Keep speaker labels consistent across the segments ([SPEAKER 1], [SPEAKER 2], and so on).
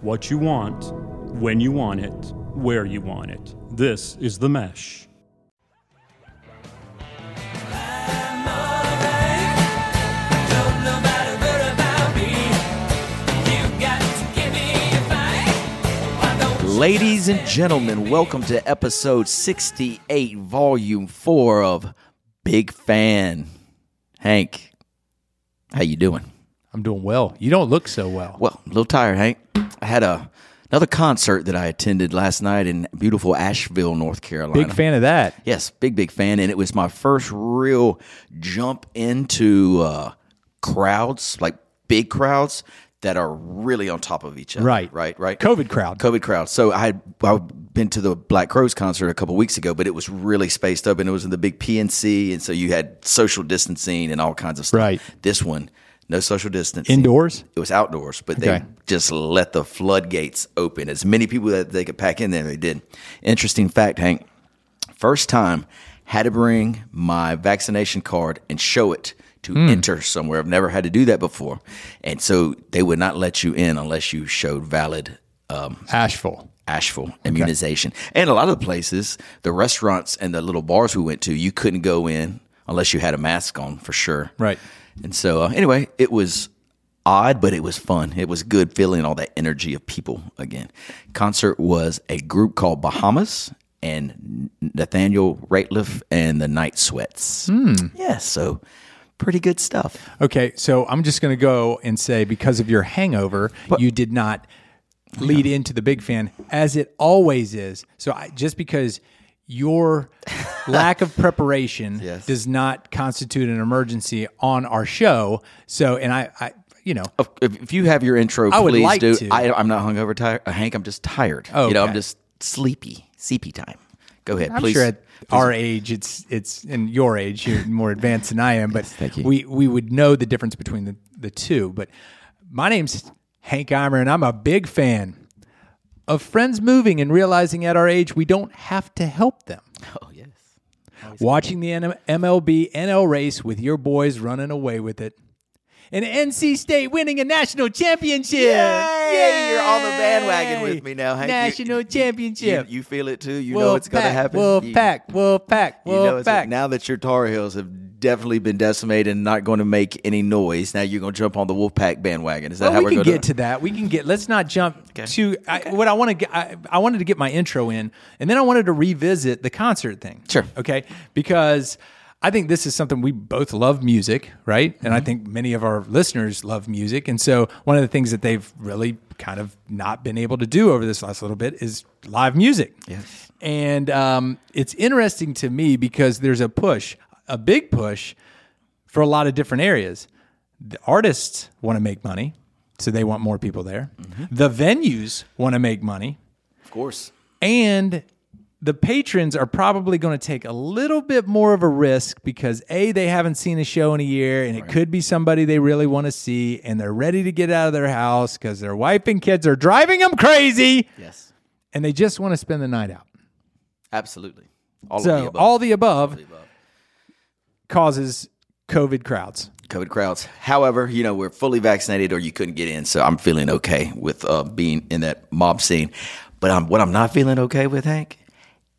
[SPEAKER 1] what you want, when you want it, where you want it. This is The Mesh.
[SPEAKER 2] Ladies and gentlemen, welcome to episode 68, volume 4 of Big Fan. Hank, how you doing?
[SPEAKER 3] I'm doing well. You don't look so well.
[SPEAKER 2] Well, a little tired, Hank. I had a another concert that I attended last night in beautiful Asheville, North Carolina.
[SPEAKER 3] Big fan of that.
[SPEAKER 2] Yes, big big fan, and it was my first real jump into uh, crowds, like big crowds that are really on top of each other.
[SPEAKER 3] Right.
[SPEAKER 2] right, right.
[SPEAKER 3] COVID crowd.
[SPEAKER 2] COVID crowd. So I had I've been to the Black Crows concert a couple weeks ago, but it was really spaced up, and it was in the big PNC, and so you had social distancing and all kinds of stuff.
[SPEAKER 3] Right.
[SPEAKER 2] This one, no social distancing.
[SPEAKER 3] Indoors.
[SPEAKER 2] It was outdoors, but they
[SPEAKER 3] Okay.
[SPEAKER 2] just let the floodgates open. As many people that they could pack in there, they did. Interesting fact, Hank. First time, had to bring my vaccination card and show it to
[SPEAKER 3] Hmm.
[SPEAKER 2] enter somewhere. I've never had to do that before. And so they would not let you in unless you showed valid
[SPEAKER 3] Asheville.
[SPEAKER 2] Asheville immunization. And a lot of the places, the restaurants and the little bars we went to, you couldn't go in unless you had a mask on for sure.
[SPEAKER 3] Right.
[SPEAKER 2] And so, uh, anyway, it was odd, but it was fun. It was good feeling all that energy of people again. Concert was a group called Bahamas and Nathaniel Rateliff and the Night Sweats. Yeah, so pretty good stuff.
[SPEAKER 3] Okay, so I'm just going to go and say because of your hangover, you did not lead into the big fan as it always is. So I, just because your lack of preparation
[SPEAKER 2] Yes.
[SPEAKER 3] does not constitute an emergency on our show. So, and I, I you know,
[SPEAKER 2] If, if you have your intro,
[SPEAKER 3] I would
[SPEAKER 2] please
[SPEAKER 3] like
[SPEAKER 2] do.
[SPEAKER 3] to.
[SPEAKER 2] I, I'm not hungover, tired. uh, Hank. I'm just tired. you know, I'm
[SPEAKER 3] okay.
[SPEAKER 2] just sleepy. Sleepy time. Go ahead,
[SPEAKER 3] I'm
[SPEAKER 2] please.
[SPEAKER 3] sure at our age, it's it's in your age, you're more advanced than I am, but
[SPEAKER 2] thank you.
[SPEAKER 3] we we would know the difference between the the two. But my name's Hank Eimer, and I'm a big fan of friends moving and realizing at our age we don't have to help them.
[SPEAKER 2] oh yes.
[SPEAKER 3] Watching the N- MLB NL race with your boys running away with it. And NC State winning a national championship.
[SPEAKER 2] Yay! You're on the bandwagon with me now, Hank. You-
[SPEAKER 3] National
[SPEAKER 2] you- You,
[SPEAKER 3] championship.
[SPEAKER 2] you feel it too. You
[SPEAKER 3] Wolf
[SPEAKER 2] know it's going to
[SPEAKER 3] pack,
[SPEAKER 2] happen.
[SPEAKER 3] Wolf
[SPEAKER 2] you,
[SPEAKER 3] pack. Wolf pack.
[SPEAKER 2] You know
[SPEAKER 3] Wolf
[SPEAKER 2] it's
[SPEAKER 3] pack.
[SPEAKER 2] now that your Tar Heels have definitely been decimated and not going to make any noise. Now you're going to jump on the Wolfpack bandwagon. Is that
[SPEAKER 3] Well,
[SPEAKER 2] how
[SPEAKER 3] we
[SPEAKER 2] we're
[SPEAKER 3] can
[SPEAKER 2] going
[SPEAKER 3] get to that. We can get. Let's not jump to I, what I want to. get I, I wanted to get my intro in, and then I wanted to revisit the concert thing.
[SPEAKER 2] Sure.
[SPEAKER 3] Okay. Because I think this is something we both love music, right? And I think many of our listeners love music, and so one of the things that they've really kind of not been able to do over this last little bit is live music.
[SPEAKER 2] Yes.
[SPEAKER 3] And um, it's interesting to me because there's a push, a big push for a lot of different areas. The artists want to make money, so they want more people there. The venues want to make money,
[SPEAKER 2] Of course.
[SPEAKER 3] and the patrons are probably going to take a little bit more of a risk because a they haven't seen a show in a year and it could be somebody they really want to see and they're ready to get out of their house cuz their wife and kids are driving them crazy
[SPEAKER 2] Yes.
[SPEAKER 3] and they just want to spend the night out.
[SPEAKER 2] Absolutely. All of the
[SPEAKER 3] So
[SPEAKER 2] above.
[SPEAKER 3] all the above causes COVID crowds.
[SPEAKER 2] COVID crowds. However, you know, we're fully vaccinated or you couldn't get in. So I'm feeling okay with uh, being in that mob scene. But I'm, what I'm not feeling okay with, Hank,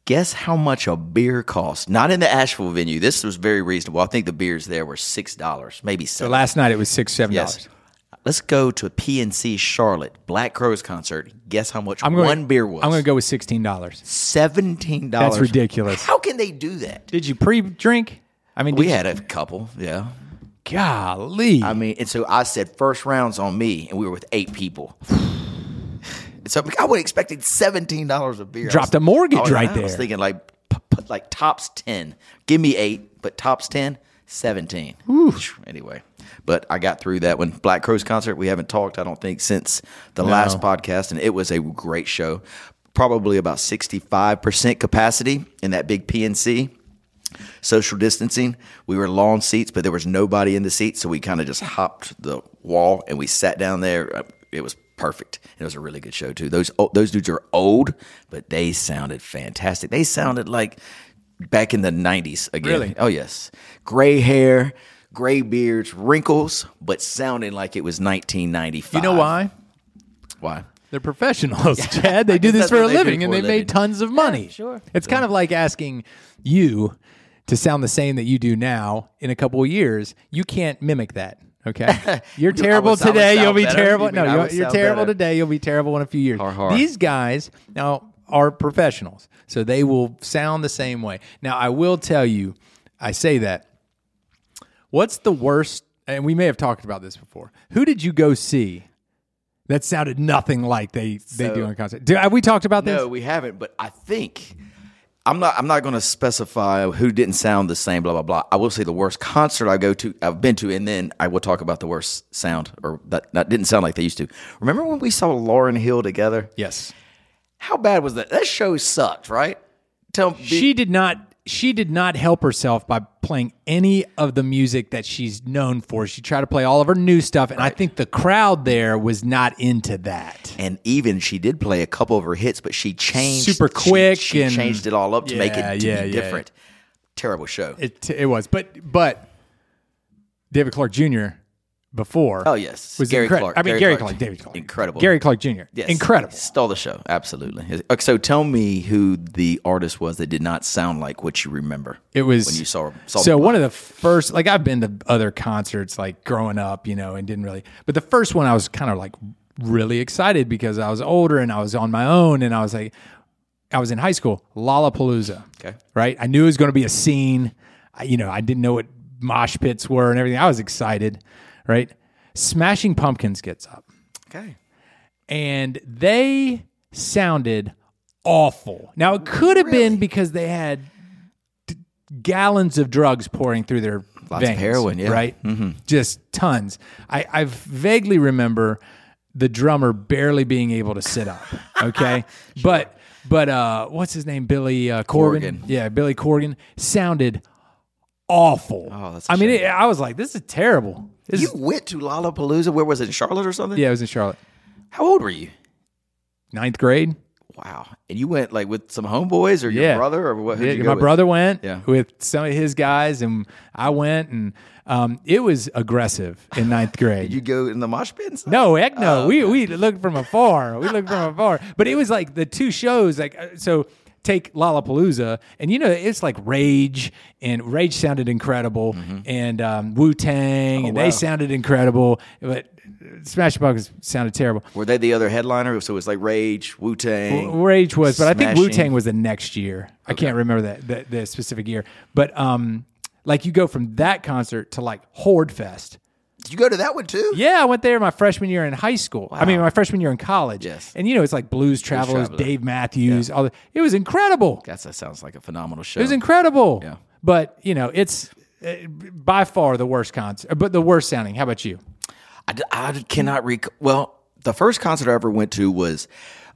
[SPEAKER 2] guess how much a beer costs? Not in the Asheville venue. This was very reasonable. I think the beers there were $6, maybe $7.
[SPEAKER 3] So last night it was 6 7 dollars.
[SPEAKER 2] yes. Let's go to a PNC Charlotte Black Crows concert. Guess how much
[SPEAKER 3] I'm gonna,
[SPEAKER 2] one beer was?
[SPEAKER 3] I'm going to go with sixteen dollars.
[SPEAKER 2] $17.
[SPEAKER 3] That's ridiculous.
[SPEAKER 2] How can they do that?
[SPEAKER 3] Did you pre-drink? I mean,
[SPEAKER 2] We had
[SPEAKER 3] did
[SPEAKER 2] a couple, yeah.
[SPEAKER 3] you- golly.
[SPEAKER 2] I mean, and so I said first rounds on me, and we were with eight people. And so I was expecting seventeen dollars a beer.
[SPEAKER 3] Dropped
[SPEAKER 2] I
[SPEAKER 3] a mortgage
[SPEAKER 2] I was-
[SPEAKER 3] right
[SPEAKER 2] I was
[SPEAKER 3] there.
[SPEAKER 2] thinking like, p- p- like tops ten. Give me eight, but tops 10, 17. Anyway, but I got through that one. Black Crowes concert. We haven't talked, I don't think, since the last podcast, and it was a great show. Probably about sixty-five percent capacity in that big PNC social distancing. We were lawn seats, but there was nobody in the seats, so we kind of just hopped the wall and we sat down there. Uh, It was perfect. It was a really good show too. Those oh, those dudes are old, but they sounded fantastic. They sounded like back in the '90s again.
[SPEAKER 3] Really?
[SPEAKER 2] Oh yes, gray hair, gray beards, wrinkles, but sounding like it was 1995.
[SPEAKER 3] you know why?
[SPEAKER 2] Why?
[SPEAKER 3] They're professionals, Chad. They do
[SPEAKER 2] guess
[SPEAKER 3] this
[SPEAKER 2] that's
[SPEAKER 3] for
[SPEAKER 2] what
[SPEAKER 3] a
[SPEAKER 2] they do
[SPEAKER 3] living, and
[SPEAKER 2] for a
[SPEAKER 3] they
[SPEAKER 2] living.
[SPEAKER 3] made tons of money.
[SPEAKER 2] sure.
[SPEAKER 3] It's kind of like asking you to sound the same that you do now in a couple of years. You can't mimic that. Okay, you're
[SPEAKER 2] You- I
[SPEAKER 3] terrible
[SPEAKER 2] would- I would
[SPEAKER 3] today.
[SPEAKER 2] sound
[SPEAKER 3] You'll be
[SPEAKER 2] better?
[SPEAKER 3] terrible.
[SPEAKER 2] You
[SPEAKER 3] no,
[SPEAKER 2] mean I
[SPEAKER 3] you're,
[SPEAKER 2] would
[SPEAKER 3] you're
[SPEAKER 2] sound
[SPEAKER 3] terrible
[SPEAKER 2] better?
[SPEAKER 3] today. You'll be terrible in a few years.
[SPEAKER 2] Har, har.
[SPEAKER 3] These guys now are professionals, so they will sound the same way. Now, I will tell you, I say that. What's the worst? And we may have talked about this before. Who did you go see that sounded nothing like they they do in concert? Do, have we talked about this?
[SPEAKER 2] No, we haven't. But I think I'm not. I'm not going to specify who didn't sound the same. Blah blah blah. I will say the worst concert I go to, I've been to, and then I will talk about the worst sound or that, that didn't sound like they used to. Remember when we saw Lauren Hill together?
[SPEAKER 3] Yes.
[SPEAKER 2] How bad was that? That show sucked, right? Tell me.
[SPEAKER 3] she did not she did not help herself by playing any of the music that she's known for. She tried to play all of her new stuff and I think the crowd there was not into that.
[SPEAKER 2] and even she did play a couple of her hits, but she changed
[SPEAKER 3] Super
[SPEAKER 2] she-
[SPEAKER 3] quick
[SPEAKER 2] She,
[SPEAKER 3] and-
[SPEAKER 2] changed it all up to make
[SPEAKER 3] Yeah,
[SPEAKER 2] it to
[SPEAKER 3] yeah,
[SPEAKER 2] be
[SPEAKER 3] yeah.
[SPEAKER 2] different. Terrible show.
[SPEAKER 3] It it was. But but David Clark Jr. before
[SPEAKER 2] oh yes,
[SPEAKER 3] was
[SPEAKER 2] Gary
[SPEAKER 3] incredible.
[SPEAKER 2] Clark.
[SPEAKER 3] I mean Gary Clark, David Clark.
[SPEAKER 2] Incredible.
[SPEAKER 3] Gary Clark Jr.
[SPEAKER 2] Yes.
[SPEAKER 3] Incredible.
[SPEAKER 2] Stole the show. Absolutely. So tell me who the artist was that did not sound like what you remember.
[SPEAKER 3] It was
[SPEAKER 2] when you saw, saw
[SPEAKER 3] so
[SPEAKER 2] them
[SPEAKER 3] one of the first like I've been to other concerts like growing up, you know, and didn't really. But the first one I was kind of like really excited because I was older and I was on my own and I was like I was in high school, Lollapalooza.
[SPEAKER 2] Okay.
[SPEAKER 3] Right? I knew it was going to be a scene. I, you know, I didn't know what mosh pits were and everything. I was excited, right? Smashing Pumpkins gets up
[SPEAKER 2] live. Okay.
[SPEAKER 3] and they sounded awful. Now it could have been because they had d- gallons of drugs pouring through their
[SPEAKER 2] Lots of
[SPEAKER 3] veins,
[SPEAKER 2] heroin, yeah. Mm-hmm.
[SPEAKER 3] right? Just tons. I, I vaguely remember the drummer barely being able to sit up. Okay, but but uh, what's his name? Billy uh, Corgan.
[SPEAKER 2] Corgan.
[SPEAKER 3] Yeah, Billy Corgan sounded awful. Oh,
[SPEAKER 2] that's a
[SPEAKER 3] I mean, it, I was like, this is terrible. This
[SPEAKER 2] You
[SPEAKER 3] is,
[SPEAKER 2] went to Lollapalooza. Where was it? In Charlotte or something?
[SPEAKER 3] yeah, it was in Charlotte,
[SPEAKER 2] How old were you?
[SPEAKER 3] ninth grade.
[SPEAKER 2] Wow. And you went like with some homeboys or your
[SPEAKER 3] Yeah.
[SPEAKER 2] brother or what? who'd
[SPEAKER 3] Yeah,
[SPEAKER 2] you go
[SPEAKER 3] my
[SPEAKER 2] with?
[SPEAKER 3] brother went
[SPEAKER 2] Yeah.
[SPEAKER 3] with some of his guys, and I went, and um, it was aggressive in ninth grade.
[SPEAKER 2] You Oh, go in the mosh pit? and stuff?
[SPEAKER 3] no, heck no. we we looked from afar. We looked from afar, but it was like the two shows. Like uh, so, take Lollapalooza, and you know it's like Rage, and Rage sounded incredible,
[SPEAKER 2] Mm-hmm.
[SPEAKER 3] and um, Wu Tang,
[SPEAKER 2] Oh,
[SPEAKER 3] and they sounded incredible, but Smash Pumpkins sounded terrible.
[SPEAKER 2] Were they the other headliner? So it was like Rage, Wu Tang.
[SPEAKER 3] Rage was, but I think
[SPEAKER 2] Smashing.
[SPEAKER 3] Wu Tang was the next year. I can't remember that the, the specific year, but um, like you go from that concert to like Horde Fest.
[SPEAKER 2] Did you go to that one too?
[SPEAKER 3] Yeah, I went there my freshman year in high school. I mean, my freshman year in college.
[SPEAKER 2] Yes.
[SPEAKER 3] and you know it's like Blues Travelers,
[SPEAKER 2] Traveler.
[SPEAKER 3] Dave Matthews. All the, it was incredible.
[SPEAKER 2] That's, that sounds like a phenomenal show.
[SPEAKER 3] It was incredible.
[SPEAKER 2] Yeah.
[SPEAKER 3] but you know it's uh, by far the worst concert, but the worst sounding. How about you?
[SPEAKER 2] I, d- I d- cannot recall. Well, the first concert I ever went to was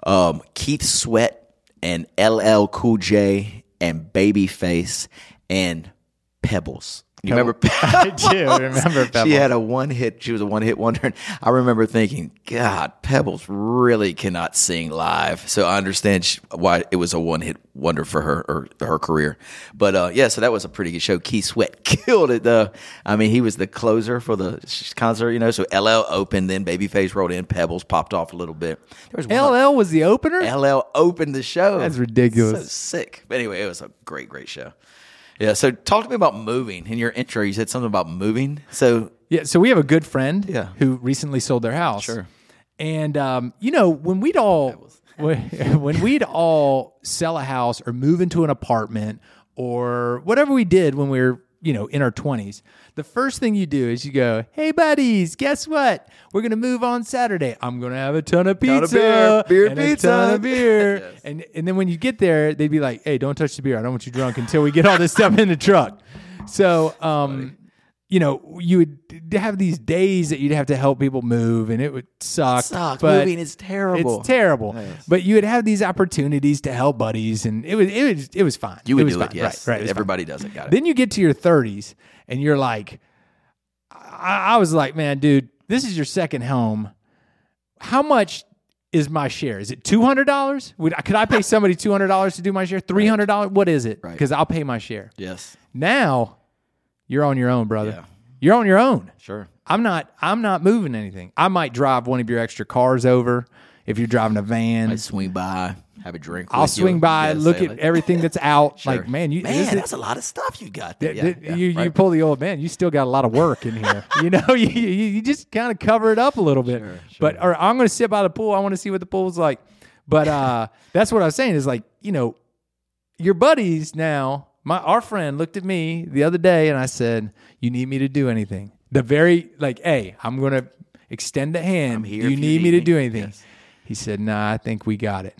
[SPEAKER 2] um, Keith Sweat and LL Cool J and Babyface and Pebbles. You remember? Pebbles?
[SPEAKER 3] do remember
[SPEAKER 2] She had a one hit. She was a one hit wonder. And I remember thinking, God, Pebbles really cannot sing live. So I understand sh why it was a one hit wonder for her or her career. But uh, yeah, so that was a pretty good show. Keith Sweat killed it though. I mean, he was the closer for the sh- concert, you know. So LL opened, then Babyface rolled in, Pebbles popped off a little bit. There was one
[SPEAKER 3] LL was the opener.
[SPEAKER 2] LL opened the show.
[SPEAKER 3] That's ridiculous.
[SPEAKER 2] So sick. But anyway, it was a great, great show. Yeah. So talk to me about moving. In your intro, you said something about moving. So
[SPEAKER 3] Yeah, so we have a good friend
[SPEAKER 2] Yeah.
[SPEAKER 3] who recently sold their house.
[SPEAKER 2] Sure.
[SPEAKER 3] And um, you know, when we'd all when, when we'd all sell a house or move into an apartment or whatever we did when we were, you know, in our 20s, the first thing you do is you go, "Hey buddies, guess what? We're going to move on Saturday. I'm going to have a ton of
[SPEAKER 2] Ton
[SPEAKER 3] pizza,
[SPEAKER 2] of beer. Beer
[SPEAKER 3] and a ton
[SPEAKER 2] pizza."
[SPEAKER 3] of beer." And and then when you get there, they'd be like, "Hey, don't touch the beer. I don't want you drunk until we get all this stuff in the truck." So, um, you know, you would d- have these days that you'd have to help people move, and it would suck.
[SPEAKER 2] Suck.
[SPEAKER 3] but
[SPEAKER 2] Moving is terrible.
[SPEAKER 3] It's terrible. But you would have these opportunities to help buddies, and it was it was it was fine.
[SPEAKER 2] you would
[SPEAKER 3] was
[SPEAKER 2] do
[SPEAKER 3] fine.
[SPEAKER 2] it. Yes.
[SPEAKER 3] Right. Right. it was fine.
[SPEAKER 2] Everybody does it. Got it.
[SPEAKER 3] Then you get to your 30s, and you're like, I, I was like, man, dude, this is your second home. How much? Is my share? Is it two hundred dollars? Would could I pay somebody two hundred dollars to do my share? Three hundred dollars? What is it?
[SPEAKER 2] Right.
[SPEAKER 3] Because I'll pay my share.
[SPEAKER 2] yes.
[SPEAKER 3] Now you're on your own, brother.
[SPEAKER 2] Yeah.
[SPEAKER 3] You're on your own.
[SPEAKER 2] Sure.
[SPEAKER 3] I'm not I'm not moving anything. I might drive one of your extra cars over. if you're driving a van.
[SPEAKER 2] I swing by, have a drink.
[SPEAKER 3] I'll
[SPEAKER 2] with you.
[SPEAKER 3] swing by,
[SPEAKER 2] Yeah,
[SPEAKER 3] look
[SPEAKER 2] say,
[SPEAKER 3] at
[SPEAKER 2] like,
[SPEAKER 3] everything that's out. Like,
[SPEAKER 2] sure.
[SPEAKER 3] man, you
[SPEAKER 2] man,
[SPEAKER 3] this is-
[SPEAKER 2] that's a lot of stuff you got there.
[SPEAKER 3] th-
[SPEAKER 2] Yeah,
[SPEAKER 3] th-
[SPEAKER 2] yeah,
[SPEAKER 3] you you
[SPEAKER 2] right.
[SPEAKER 3] pull the old man. You still got a lot of work in here. you know, you, you you just kind of cover it up a little bit. But or I'm going to sit by the pool. I want to see what the pool's like. But uh, that's what I was saying is like you know, your buddies now. My our friend looked at me the other day and I said, "You need me to do anything?" The very like, "Hey, I'm going to extend the hand.
[SPEAKER 2] here
[SPEAKER 3] you,
[SPEAKER 2] if
[SPEAKER 3] need
[SPEAKER 2] you
[SPEAKER 3] me
[SPEAKER 2] need
[SPEAKER 3] to
[SPEAKER 2] me."
[SPEAKER 3] do anything?"
[SPEAKER 2] Yes.
[SPEAKER 3] He said, "Nah, I think we got it."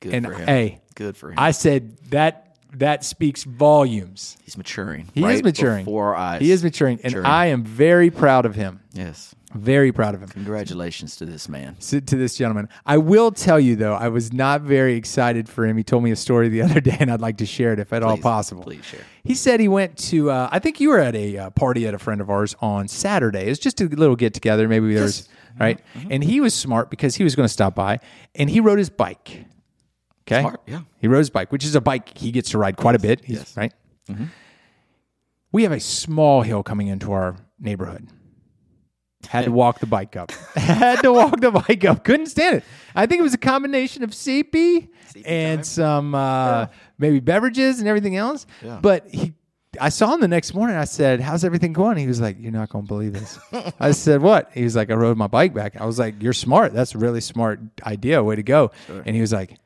[SPEAKER 2] Good
[SPEAKER 3] and
[SPEAKER 2] for him.
[SPEAKER 3] hey,
[SPEAKER 2] good for him.
[SPEAKER 3] I said that that speaks volumes.
[SPEAKER 2] He's maturing.
[SPEAKER 3] He is
[SPEAKER 2] right
[SPEAKER 3] maturing.
[SPEAKER 2] before our eyes.
[SPEAKER 3] He is maturing, and
[SPEAKER 2] Maturing.
[SPEAKER 3] I am very proud of him.
[SPEAKER 2] Yes.
[SPEAKER 3] Very proud of him.
[SPEAKER 2] Congratulations to this man.
[SPEAKER 3] To, to this gentleman, I will tell you though, I was not very excited for him. He told me a story the other day, and I'd like to share it if at all
[SPEAKER 2] Please,
[SPEAKER 3] possible.
[SPEAKER 2] please share.
[SPEAKER 3] He said he went to. Uh, I think you were at a uh, party at a friend of ours on Saturday. It was just a little get together. Maybe there was
[SPEAKER 2] Mm-hmm.
[SPEAKER 3] right, and he was smart because he was going to stop by, and he rode his bike. Okay,
[SPEAKER 2] Smart, yeah.
[SPEAKER 3] He rode his bike, which is a bike he gets to ride quite a bit. He's, Right.
[SPEAKER 2] Mm-hmm.
[SPEAKER 3] We have a small hill coming into our neighborhood. Had to walk the bike up. Had to walk the bike up. Couldn't stand it. I think it was a combination of CP, and some uh, maybe beverages and everything else. But he, I saw him the next morning. I said, "How's everything going?" He was like, "You're not going to believe this." I said, "What?" He was like, "I rode my bike back." I was like, "You're smart. That's a really smart idea. Way to go." And he was like.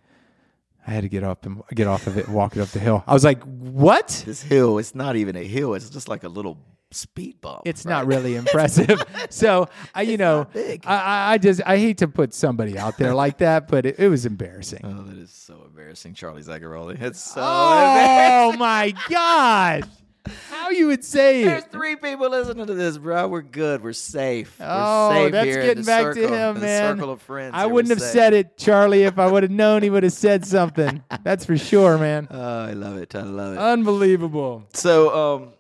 [SPEAKER 3] I had to get up and get off of it and walk it up the hill. I was like, "What?"
[SPEAKER 2] This hill, it's not even a hill. It's just like a little speed bump.
[SPEAKER 3] it's
[SPEAKER 2] right?
[SPEAKER 3] not really impressive. so I, you know, I,
[SPEAKER 2] big.
[SPEAKER 3] I, I just I hate to put somebody out there like that, but it, it was embarrassing.
[SPEAKER 2] Oh, that is so embarrassing, Charlie Zagaroli. It's so
[SPEAKER 3] oh my gosh! How you would say
[SPEAKER 2] There's
[SPEAKER 3] it?
[SPEAKER 2] three people listening to this, bro. We're good. We're safe.
[SPEAKER 3] Oh,
[SPEAKER 2] We're safe
[SPEAKER 3] that's
[SPEAKER 2] here in
[SPEAKER 3] getting
[SPEAKER 2] the
[SPEAKER 3] back
[SPEAKER 2] circle,
[SPEAKER 3] to him,
[SPEAKER 2] in
[SPEAKER 3] man.
[SPEAKER 2] The circle of friends.
[SPEAKER 3] I
[SPEAKER 2] here. We're
[SPEAKER 3] wouldn't have
[SPEAKER 2] safe.
[SPEAKER 3] said it, Charlie, if I would have known he would have said something. That's for sure, man.
[SPEAKER 2] Oh, I love it. I love it.
[SPEAKER 3] Unbelievable.
[SPEAKER 2] so, um,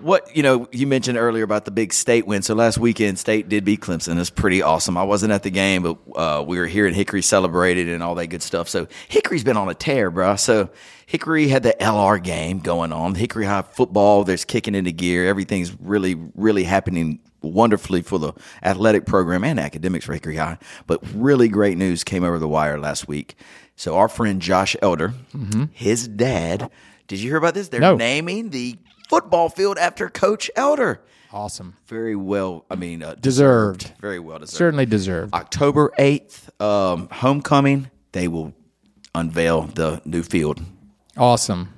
[SPEAKER 2] what you know, you mentioned earlier about the big state win. So last weekend, state did beat Clemson. It's pretty awesome. I wasn't at the game, but uh, we were here and Hickory celebrated and all that good stuff. So Hickory's been on a tear, bro. So Hickory had the LR game going on. Hickory High football, there's kicking into gear. Everything's really, really happening wonderfully for the athletic program and academics for Hickory High. But really great news came over the wire last week. So our friend Josh Elder, his dad. Did you hear about this? They're
[SPEAKER 3] No.
[SPEAKER 2] naming the football field after Coach Elder.
[SPEAKER 3] Awesome.
[SPEAKER 2] Very well, I mean, uh,
[SPEAKER 3] Deserved.
[SPEAKER 2] Very well deserved.
[SPEAKER 3] Certainly deserved.
[SPEAKER 2] October 8th, um, homecoming, they will unveil the new field.
[SPEAKER 3] Awesome.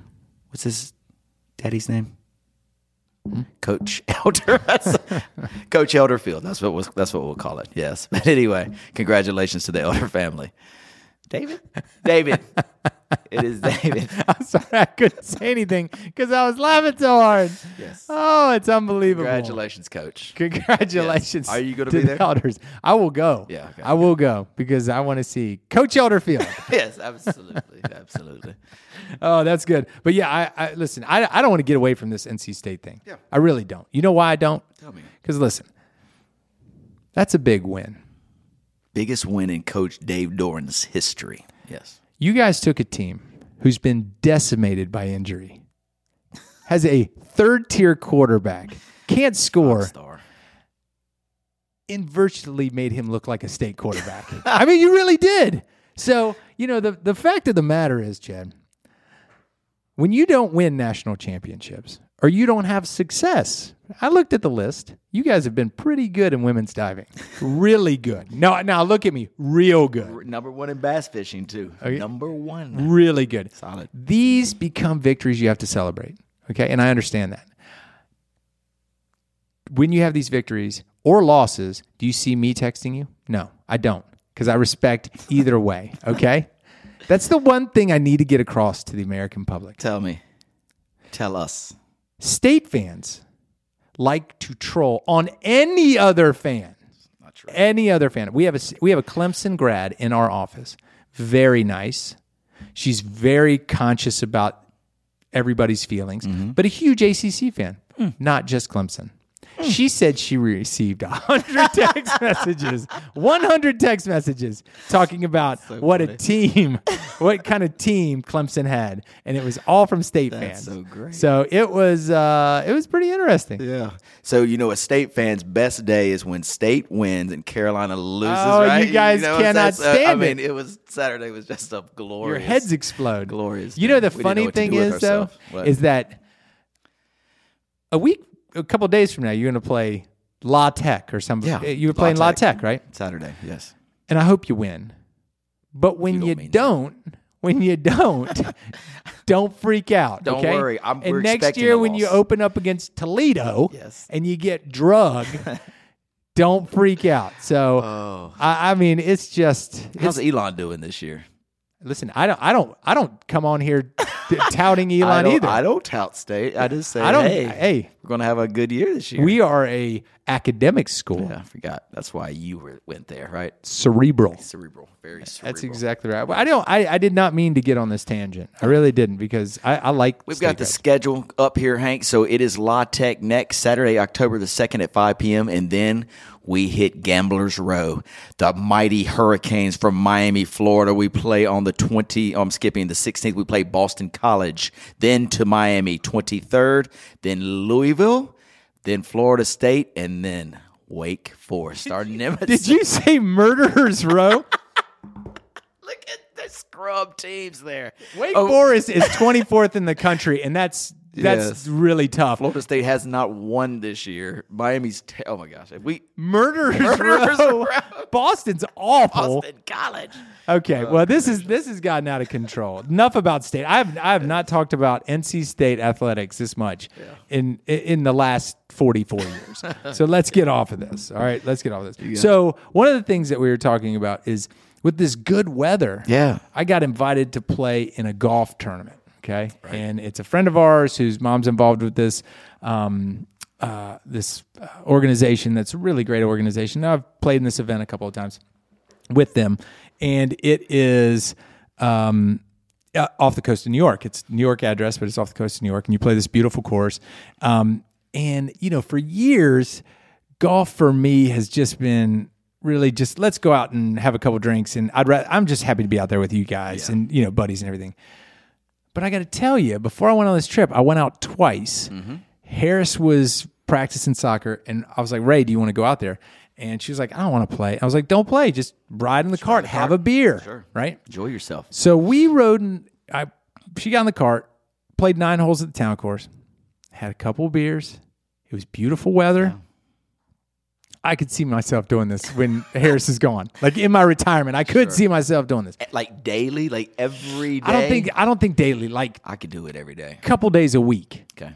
[SPEAKER 2] What's his daddy's name? Coach Elder, That's- Coach Elderfield. That's what was. That's what we'll call it. Yes. But anyway, congratulations to the Elder family. David, David, it is David.
[SPEAKER 3] I'm sorry I couldn't say anything because I was laughing so hard.
[SPEAKER 2] Yes.
[SPEAKER 3] Oh, it's unbelievable.
[SPEAKER 2] Congratulations, Coach.
[SPEAKER 3] Congratulations.
[SPEAKER 2] Yes. Are you gonna
[SPEAKER 3] to
[SPEAKER 2] be
[SPEAKER 3] the
[SPEAKER 2] there?
[SPEAKER 3] Elders. I will go.
[SPEAKER 2] Yeah, okay,
[SPEAKER 3] I will go because I want to see Coach Elderfield.
[SPEAKER 2] Yes, absolutely, absolutely.
[SPEAKER 3] oh, that's good. But yeah, I, I listen, I, I don't want to get away from this NC State thing. Yeah. I really don't. You know why I don't? Tell
[SPEAKER 2] me.
[SPEAKER 3] Because listen, that's a big win.
[SPEAKER 2] Biggest win in Coach Dave Doran's history. Yes.
[SPEAKER 3] You guys took a team who's been decimated by injury, has a third tier quarterback, can't score.
[SPEAKER 2] Star.
[SPEAKER 3] and virtually made him look like a state quarterback. I mean, you really did. So, you know, the, the fact of the matter is, Chad, when you don't win national championships or you don't have success, I looked at the list. You guys have been pretty good in women's diving. Really good. No, now look at me. Real good.
[SPEAKER 2] Number one in bass fishing too.
[SPEAKER 3] Oh,
[SPEAKER 2] Number one.
[SPEAKER 3] Really good.
[SPEAKER 2] Solid.
[SPEAKER 3] These become victories you have to celebrate. Okay. And I understand that. When you have these victories or losses, do you see me texting you? No, I don't because I respect either way. Okay. That's the one thing I need to get across to the American public.
[SPEAKER 2] Tell me. Tell us.
[SPEAKER 3] State fans like to troll on any other fan. Any other fan. We have a we have a Clemson grad in our office. Very nice. She's very conscious
[SPEAKER 2] Mm-hmm. Hmm.
[SPEAKER 3] about everybody's feelings, but a huge ACC fan, not just Clemson. She said she received 100 text messages, 100 text messages talking about what a team, what kind of team Clemson had, and it was all from state fans.
[SPEAKER 2] so great.
[SPEAKER 3] So it was uh, it was pretty interesting.
[SPEAKER 2] Yeah. So you know, a state fan's best day is when state wins and Carolina loses.
[SPEAKER 3] Oh, you
[SPEAKER 2] right?
[SPEAKER 3] guys
[SPEAKER 2] know what I'm
[SPEAKER 3] cannot
[SPEAKER 2] saying?
[SPEAKER 3] stand
[SPEAKER 2] I
[SPEAKER 3] it.
[SPEAKER 2] mean, it was Saturday was just a
[SPEAKER 3] Your
[SPEAKER 2] glorious.
[SPEAKER 3] heads explode.
[SPEAKER 2] glorious
[SPEAKER 3] You know
[SPEAKER 2] day.
[SPEAKER 3] the
[SPEAKER 2] We didn't know
[SPEAKER 3] funny
[SPEAKER 2] what to
[SPEAKER 3] thing
[SPEAKER 2] do with
[SPEAKER 3] is though
[SPEAKER 2] ourselves. What?
[SPEAKER 3] is that a week, a couple days from now, you're going to play La Tech or something.
[SPEAKER 2] Yeah,
[SPEAKER 3] you were
[SPEAKER 2] La
[SPEAKER 3] playing La
[SPEAKER 2] Tech.
[SPEAKER 3] Tech, right?
[SPEAKER 2] Saturday. Yes.
[SPEAKER 3] and I hope you win. But when you
[SPEAKER 2] don't
[SPEAKER 3] don't,
[SPEAKER 2] mean that.
[SPEAKER 3] when you don't, don't freak out.
[SPEAKER 2] Don't
[SPEAKER 3] okay?
[SPEAKER 2] worry, I'm-
[SPEAKER 3] and
[SPEAKER 2] we're
[SPEAKER 3] next
[SPEAKER 2] expecting
[SPEAKER 3] year
[SPEAKER 2] a
[SPEAKER 3] when you
[SPEAKER 2] loss.
[SPEAKER 3] open up against Toledo,
[SPEAKER 2] Yes.
[SPEAKER 3] and you get drugged, don't freak out. So,
[SPEAKER 2] Oh.
[SPEAKER 3] I, I mean, it's just
[SPEAKER 2] How's Elon doing this year?
[SPEAKER 3] listen. I don't, I don't, I don't come on here t- touting Elon
[SPEAKER 2] I don't,
[SPEAKER 3] either.
[SPEAKER 2] I don't tout state. I just say,
[SPEAKER 3] I don't-
[SPEAKER 2] hey,
[SPEAKER 3] hey.
[SPEAKER 2] we're gonna have a good year this year.
[SPEAKER 3] we are a academic school,
[SPEAKER 2] yeah, I forgot. That's why you were, went there, right?
[SPEAKER 3] cerebral.
[SPEAKER 2] Cerebral, very cerebral.
[SPEAKER 3] That's exactly right. Well, I don't. I, I did not mean to get on this tangent. I really didn't because I, I like.
[SPEAKER 2] We've got the schedule up here, Hank. So it is La Tech next Saturday, October the 2nd at 5 p.m. And then we hit Gamblers Row, the mighty Hurricanes from Miami, Florida. We play on the 20, oh, I'm skipping the 16th. We play Boston College, then to Miami, 23rd, then Louisville, then Florida State, and then Wake Forest. Our nemesis.
[SPEAKER 3] Did you say Murderers Row?
[SPEAKER 2] Look at the scrub teams there.
[SPEAKER 3] Wake
[SPEAKER 2] Oh,
[SPEAKER 3] Forest is 24th in the country, and that's that's
[SPEAKER 2] Yes.
[SPEAKER 3] really tough.
[SPEAKER 2] Florida State has not won this year. Miami's, te- oh my gosh. If we,
[SPEAKER 3] Murderers,
[SPEAKER 2] Murderers
[SPEAKER 3] Row.
[SPEAKER 2] Row.
[SPEAKER 3] Boston's awful.
[SPEAKER 2] College.
[SPEAKER 3] Okay, well this is this has gotten out of control. Enough about state. I've I've not talked about NC State athletics this much in in the last 44 years. so let's get off of this. All right, let's get off of this. So one of the things that we were talking about is with this good weather.
[SPEAKER 2] Yeah.
[SPEAKER 3] I got invited to play in a golf tournament. Okay, and it's a friend of ours whose mom's involved with this. Um, uh, this uh, organization that's a really great organization. Now, I've played in this event a couple of times with them, and it is um, uh, off the coast of New York. It's New York address, but it's off the coast of New York, and you play this beautiful course. Um, and you know, for years, golf for me has just been really just let's go out and have a couple drinks, and I'd rather, I'm just happy to be out there with you guys and you know buddies and everything. But I got to tell you, before I went on this trip, I went out twice. Harris was practicing soccer, and I was like, Ray, do you want to go out there? And she was like, I don't want to play. I was like, don't play. Just ride in the cart, have a beer. Right?
[SPEAKER 2] Enjoy yourself.
[SPEAKER 3] So we rode and I, she got in the cart, played nine holes at the town course, had a couple beers. It was beautiful weather. I could see myself doing this when Harris is gone. Like in my retirement, I could see myself doing this.
[SPEAKER 2] Like daily, like every day.
[SPEAKER 3] I don't think I don't think daily, like
[SPEAKER 2] I could do it every day.
[SPEAKER 3] a couple days a week.
[SPEAKER 2] Okay.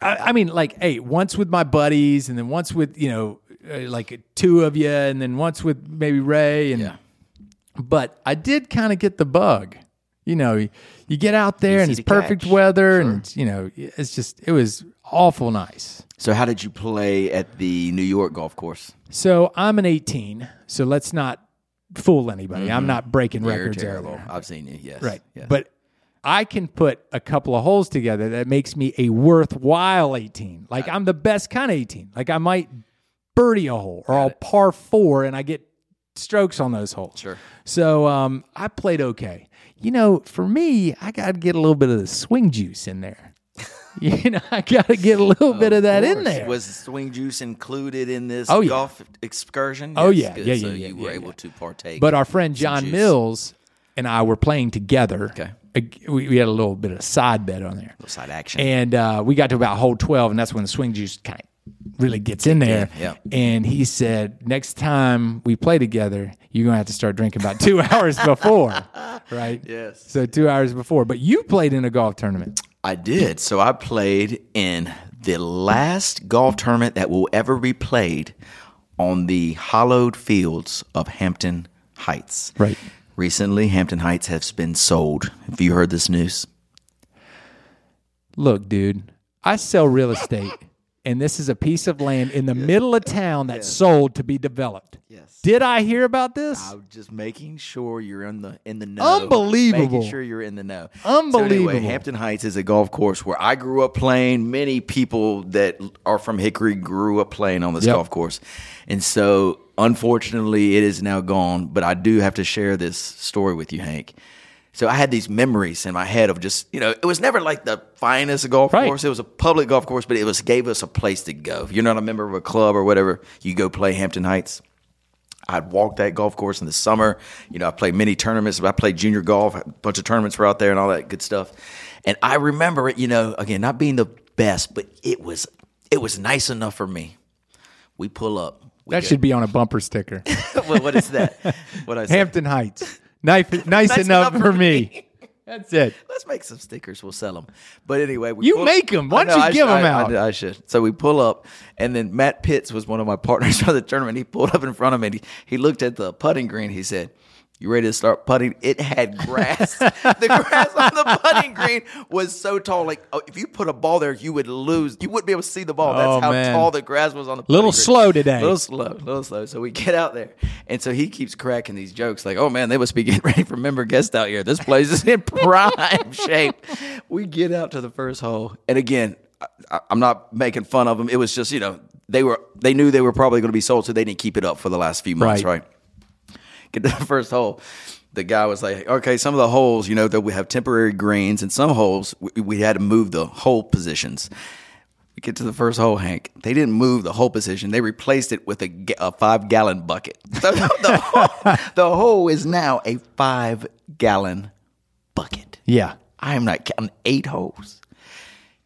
[SPEAKER 3] I, I mean, like, hey, once with my buddies, and then once with you know, uh, like two of you, and then once with maybe Ray, and
[SPEAKER 2] Yeah.
[SPEAKER 3] but I did kind of get the bug. You know, you, you get out there and
[SPEAKER 2] Easy
[SPEAKER 3] it's
[SPEAKER 2] to
[SPEAKER 3] perfect
[SPEAKER 2] catch.
[SPEAKER 3] weather, and you know, it's just it was awful nice.
[SPEAKER 2] So how did you play at the New York golf course?
[SPEAKER 3] So I'm an 18, so let's not fool anybody. I'm not breaking
[SPEAKER 2] You're
[SPEAKER 3] records
[SPEAKER 2] Mm-hmm. terrible.
[SPEAKER 3] terrible.
[SPEAKER 2] I've seen you. Yes.
[SPEAKER 3] Right.
[SPEAKER 2] Yes.
[SPEAKER 3] But I can put a couple of holes together that makes me a worthwhile 18. Like I'm the best kind of 18. Like I might birdie a hole or I'll par four and I get strokes on those holes.
[SPEAKER 2] Sure.
[SPEAKER 3] So um, I played okay. You know, for me, I got to get a little bit of the swing juice in there. you know, I got to get a little bit of that in there.
[SPEAKER 2] Was swing juice included in this
[SPEAKER 3] Oh, yeah.
[SPEAKER 2] golf excursion?
[SPEAKER 3] Oh,
[SPEAKER 2] Yes,
[SPEAKER 3] yeah.
[SPEAKER 2] good.
[SPEAKER 3] Yeah,
[SPEAKER 2] so
[SPEAKER 3] yeah, yeah,
[SPEAKER 2] you were
[SPEAKER 3] yeah,
[SPEAKER 2] able
[SPEAKER 3] yeah.
[SPEAKER 2] to partake.
[SPEAKER 3] But our friend John
[SPEAKER 2] juice.
[SPEAKER 3] Mills and I were playing together.
[SPEAKER 2] Okay.
[SPEAKER 3] Ag- We, we had a little bit of side bet on there.
[SPEAKER 2] side action.
[SPEAKER 3] And uh, we got to about hole 12, and that's when the swing juice kind of really gets in there.
[SPEAKER 2] in, yeah.
[SPEAKER 3] And he said, Next time we play together, you're going to have to start drinking about two hours before, right?
[SPEAKER 2] Yes.
[SPEAKER 3] So two hours before. But you played in a golf tournament.
[SPEAKER 2] I did. So I played in the last golf tournament that will ever be played on the hollowed fields of Hampton Heights.
[SPEAKER 3] Right.
[SPEAKER 2] Recently, Hampton Heights has been sold. Have you heard this news?
[SPEAKER 3] Look, dude, I sell real estate. and this is a piece of land in the middle of town that's sold to be developed.
[SPEAKER 2] Yes.
[SPEAKER 3] Did I hear about this?
[SPEAKER 2] I'm just making sure you're in the in the know.
[SPEAKER 3] Unbelievable.
[SPEAKER 2] Making sure you're in the know. So
[SPEAKER 3] Unbelievable.
[SPEAKER 2] anyway, Hampton Heights is a golf course where I grew up playing. Many people that are from Hickory grew up playing on this
[SPEAKER 3] Yep.
[SPEAKER 2] golf course, and so unfortunately, it is now gone. But I do have to share this story with you, Hank. So I had these memories in my head of just you know it was never like the finest golf
[SPEAKER 3] Right.
[SPEAKER 2] course. It was a public golf course, but it was gave us a place to go. If you're not a member of a club or whatever, you go play Hampton Heights. I'd walk that golf course in the summer. You know, I played many tournaments. I played junior golf. A bunch of tournaments were out there and all that good stuff. And I remember it. You know, again, not being the best, but it was it was nice enough for me. We pull up. We
[SPEAKER 3] that
[SPEAKER 2] go-
[SPEAKER 3] should be on a bumper sticker.
[SPEAKER 2] what, what is that? What I said.
[SPEAKER 3] Hampton Heights. Nice, nice, enough, for me. That's it.
[SPEAKER 2] Let's make some stickers. We'll sell them. But anyway, we
[SPEAKER 3] You make 'em. Why
[SPEAKER 2] I
[SPEAKER 3] don't you
[SPEAKER 2] I
[SPEAKER 3] give 'em
[SPEAKER 2] I-
[SPEAKER 3] out?
[SPEAKER 2] I, I should. So we pull up, and then Matt Pitts was one of my partners for the tournament. He pulled up in front of me. And he, he looked at the putting green. He said, "You ready to start putting?" It had grass. the grass on the putting green was so tall. Like oh, if you put a ball there, you would lose. You wouldn't be able to see the ball. That's
[SPEAKER 3] Oh,
[SPEAKER 2] how
[SPEAKER 3] man.
[SPEAKER 2] tall the grass was on the.
[SPEAKER 3] Little
[SPEAKER 2] putting green.
[SPEAKER 3] slow today.
[SPEAKER 2] Little little slow, little slow. So we get out there, and so he keeps cracking these jokes like, "Oh man, they must be getting ready for member guest out here. This place is in prime shape." We get out to the first hole, and again, I- I, I'm not making fun of them. It was just you know they were they knew they were probably going to be sold, so they didn't keep it up for the last few months,
[SPEAKER 3] Right.
[SPEAKER 2] right? Get to the first hole. The guy was like, okay, some of the holes, you know, that we have temporary greens, and some holes we, we had to move the hole positions. We get to the first hole, Hank. They didn't move the hole position. They replaced it with a, ga- a five gallon bucket. So the, hole, the hole is now a five gallon bucket.
[SPEAKER 3] Yeah.
[SPEAKER 2] I am not counting eight holes.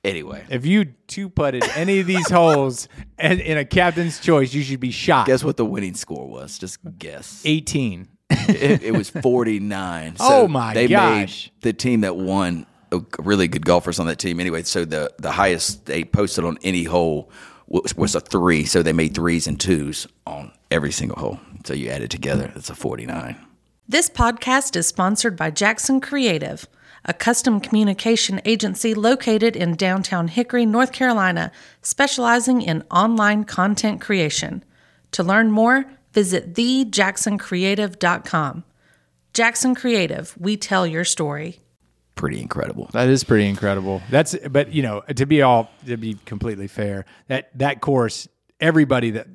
[SPEAKER 2] Anyway,
[SPEAKER 3] If you two putted any of these holes and in a captain's choice, you should be shot.
[SPEAKER 2] guess what the winning score was? Just guess.
[SPEAKER 3] 18.
[SPEAKER 2] it, it was 49. So
[SPEAKER 3] Oh, my
[SPEAKER 2] they
[SPEAKER 3] gosh.
[SPEAKER 2] Made the team that won, a really good golfers on that team anyway. So the, the highest they posted on any hole was, was a three. So they made threes and twos on every single hole. So you add it together, it's a 49.
[SPEAKER 4] This podcast is sponsored by Jackson Creative, a custom communication agency located in downtown Hickory, North Carolina, specializing in online content creation. To learn more, visit thejacksoncreative.com. Jackson Creative, we tell your story.
[SPEAKER 2] Pretty incredible.
[SPEAKER 3] That is pretty incredible. That's but you know, to be all to be completely fair, that that course everybody that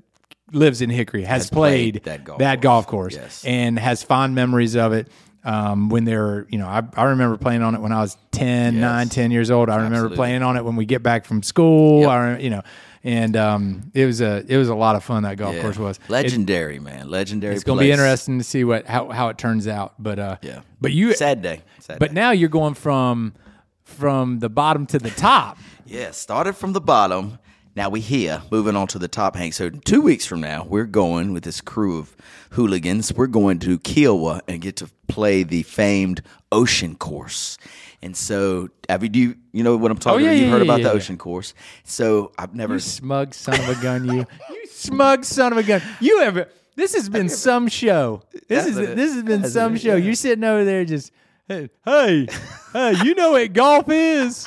[SPEAKER 3] lives in Hickory has, played,
[SPEAKER 2] played that golf course.
[SPEAKER 3] course
[SPEAKER 2] Yes.
[SPEAKER 3] and has fond memories of it. Um, when they're, you know, I, I remember playing on it when I was 10, 9, 10 years old. I remember playing on it when we get back from school. I rem you know, and um, it was a it was a lot of fun that golf course was. It-
[SPEAKER 2] Legendary, man. Legendary.
[SPEAKER 3] it's going to be interesting to see what how, how it turns out, but uh,
[SPEAKER 2] Yeah.
[SPEAKER 3] But you
[SPEAKER 2] Sad day. Sad
[SPEAKER 3] but
[SPEAKER 2] day.
[SPEAKER 3] now you're going from from the bottom to the top.
[SPEAKER 2] Yeah, started from the bottom. Now we here, moving on to the top, Hank. So two weeks from now, we're going with this crew of hooligans. We're going to Kiowa and get to play the famed Ocean Course. And so, have you do you, you know what I'm talking?
[SPEAKER 3] Oh, yeah,
[SPEAKER 2] about? you
[SPEAKER 3] yeah,
[SPEAKER 2] heard
[SPEAKER 3] yeah,
[SPEAKER 2] about
[SPEAKER 3] yeah,
[SPEAKER 2] the
[SPEAKER 3] yeah.
[SPEAKER 2] Ocean Course. So I've never.
[SPEAKER 3] You smug son of a gun, you. you smug son of a gun. You have this has been some show. This is
[SPEAKER 2] Hasn't it?
[SPEAKER 3] this has been
[SPEAKER 2] Hasn't
[SPEAKER 3] some
[SPEAKER 2] it?
[SPEAKER 3] show. You're sitting over there just hey, hey, hey, you know what golf is.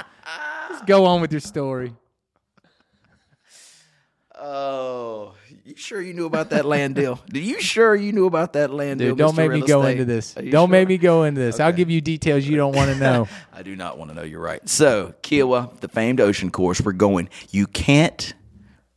[SPEAKER 3] Just go on with your story.
[SPEAKER 2] Oh, you sure you knew about that land deal? Do you sure you knew about that land
[SPEAKER 3] Dude,
[SPEAKER 2] deal?
[SPEAKER 3] don't
[SPEAKER 2] Mr.
[SPEAKER 3] make me
[SPEAKER 2] Real
[SPEAKER 3] go
[SPEAKER 2] Estate?
[SPEAKER 3] into this.
[SPEAKER 2] Are
[SPEAKER 3] Don't
[SPEAKER 2] you
[SPEAKER 3] make
[SPEAKER 2] sure?
[SPEAKER 3] me go into this. I'll give you details you don't want to know.
[SPEAKER 2] I do not want to know. You're right. So, Kiowa, the famed ocean course, we're going. You can't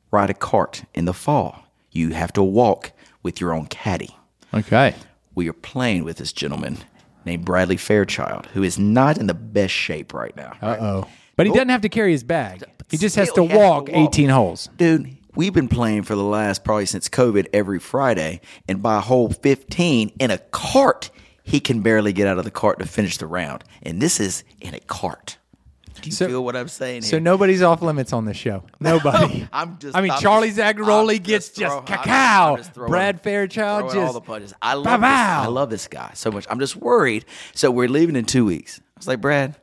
[SPEAKER 2] ride a cart in the fall. You have to walk with your own caddy.
[SPEAKER 3] okay.
[SPEAKER 2] We are playing with this gentleman named Bradley Fairchild, who is not in the best shape right now.
[SPEAKER 3] Uh oh. But he doesn't have to carry his bag. He just has to
[SPEAKER 2] Still, he has to
[SPEAKER 3] walk 18 holes.
[SPEAKER 2] Dude, we've been playing for the last probably since COVID every Friday, and by hole 15 in a cart, he can barely get out of the cart to finish the round. And this is in a cart. Do you
[SPEAKER 3] So-
[SPEAKER 2] feel what I'm saying here?
[SPEAKER 3] So nobody's off limits on this show. Nobody.
[SPEAKER 2] I'm just.
[SPEAKER 3] I mean,
[SPEAKER 2] I'm
[SPEAKER 3] Charlie
[SPEAKER 2] just-
[SPEAKER 3] Zagaroli
[SPEAKER 2] I'm
[SPEAKER 3] gets just
[SPEAKER 2] throw- I'm
[SPEAKER 3] cacao.
[SPEAKER 2] I'm just throwing-
[SPEAKER 3] Brad Fairchild
[SPEAKER 2] throwing all
[SPEAKER 3] just-
[SPEAKER 2] the punches. I love. This,
[SPEAKER 3] Ba-bow.
[SPEAKER 2] I love this guy so much. I'm just worried. So we're leaving in two weeks. I was like, Brad,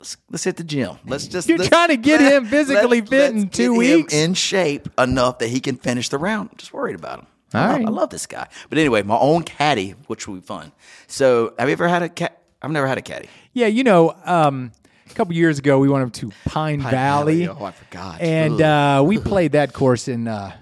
[SPEAKER 2] let's let's hit the gym. Let's just.
[SPEAKER 3] You're
[SPEAKER 2] let's-
[SPEAKER 3] trying to get him physically fit in
[SPEAKER 2] let's
[SPEAKER 3] two
[SPEAKER 2] get him
[SPEAKER 3] weeks?
[SPEAKER 2] in shape enough that he can finish the round. I'm just worried about him. I,
[SPEAKER 3] All
[SPEAKER 2] love,
[SPEAKER 3] right.
[SPEAKER 2] I love this guy. But anyway, my own caddy, which will be fun. So, have you ever had a cat? I've never had a caddy.
[SPEAKER 3] yeah, you know, um, a couple years ago, we went up to Pine, Valley.
[SPEAKER 2] Oh, I forgot.
[SPEAKER 3] And uh, we played that course in. Uh,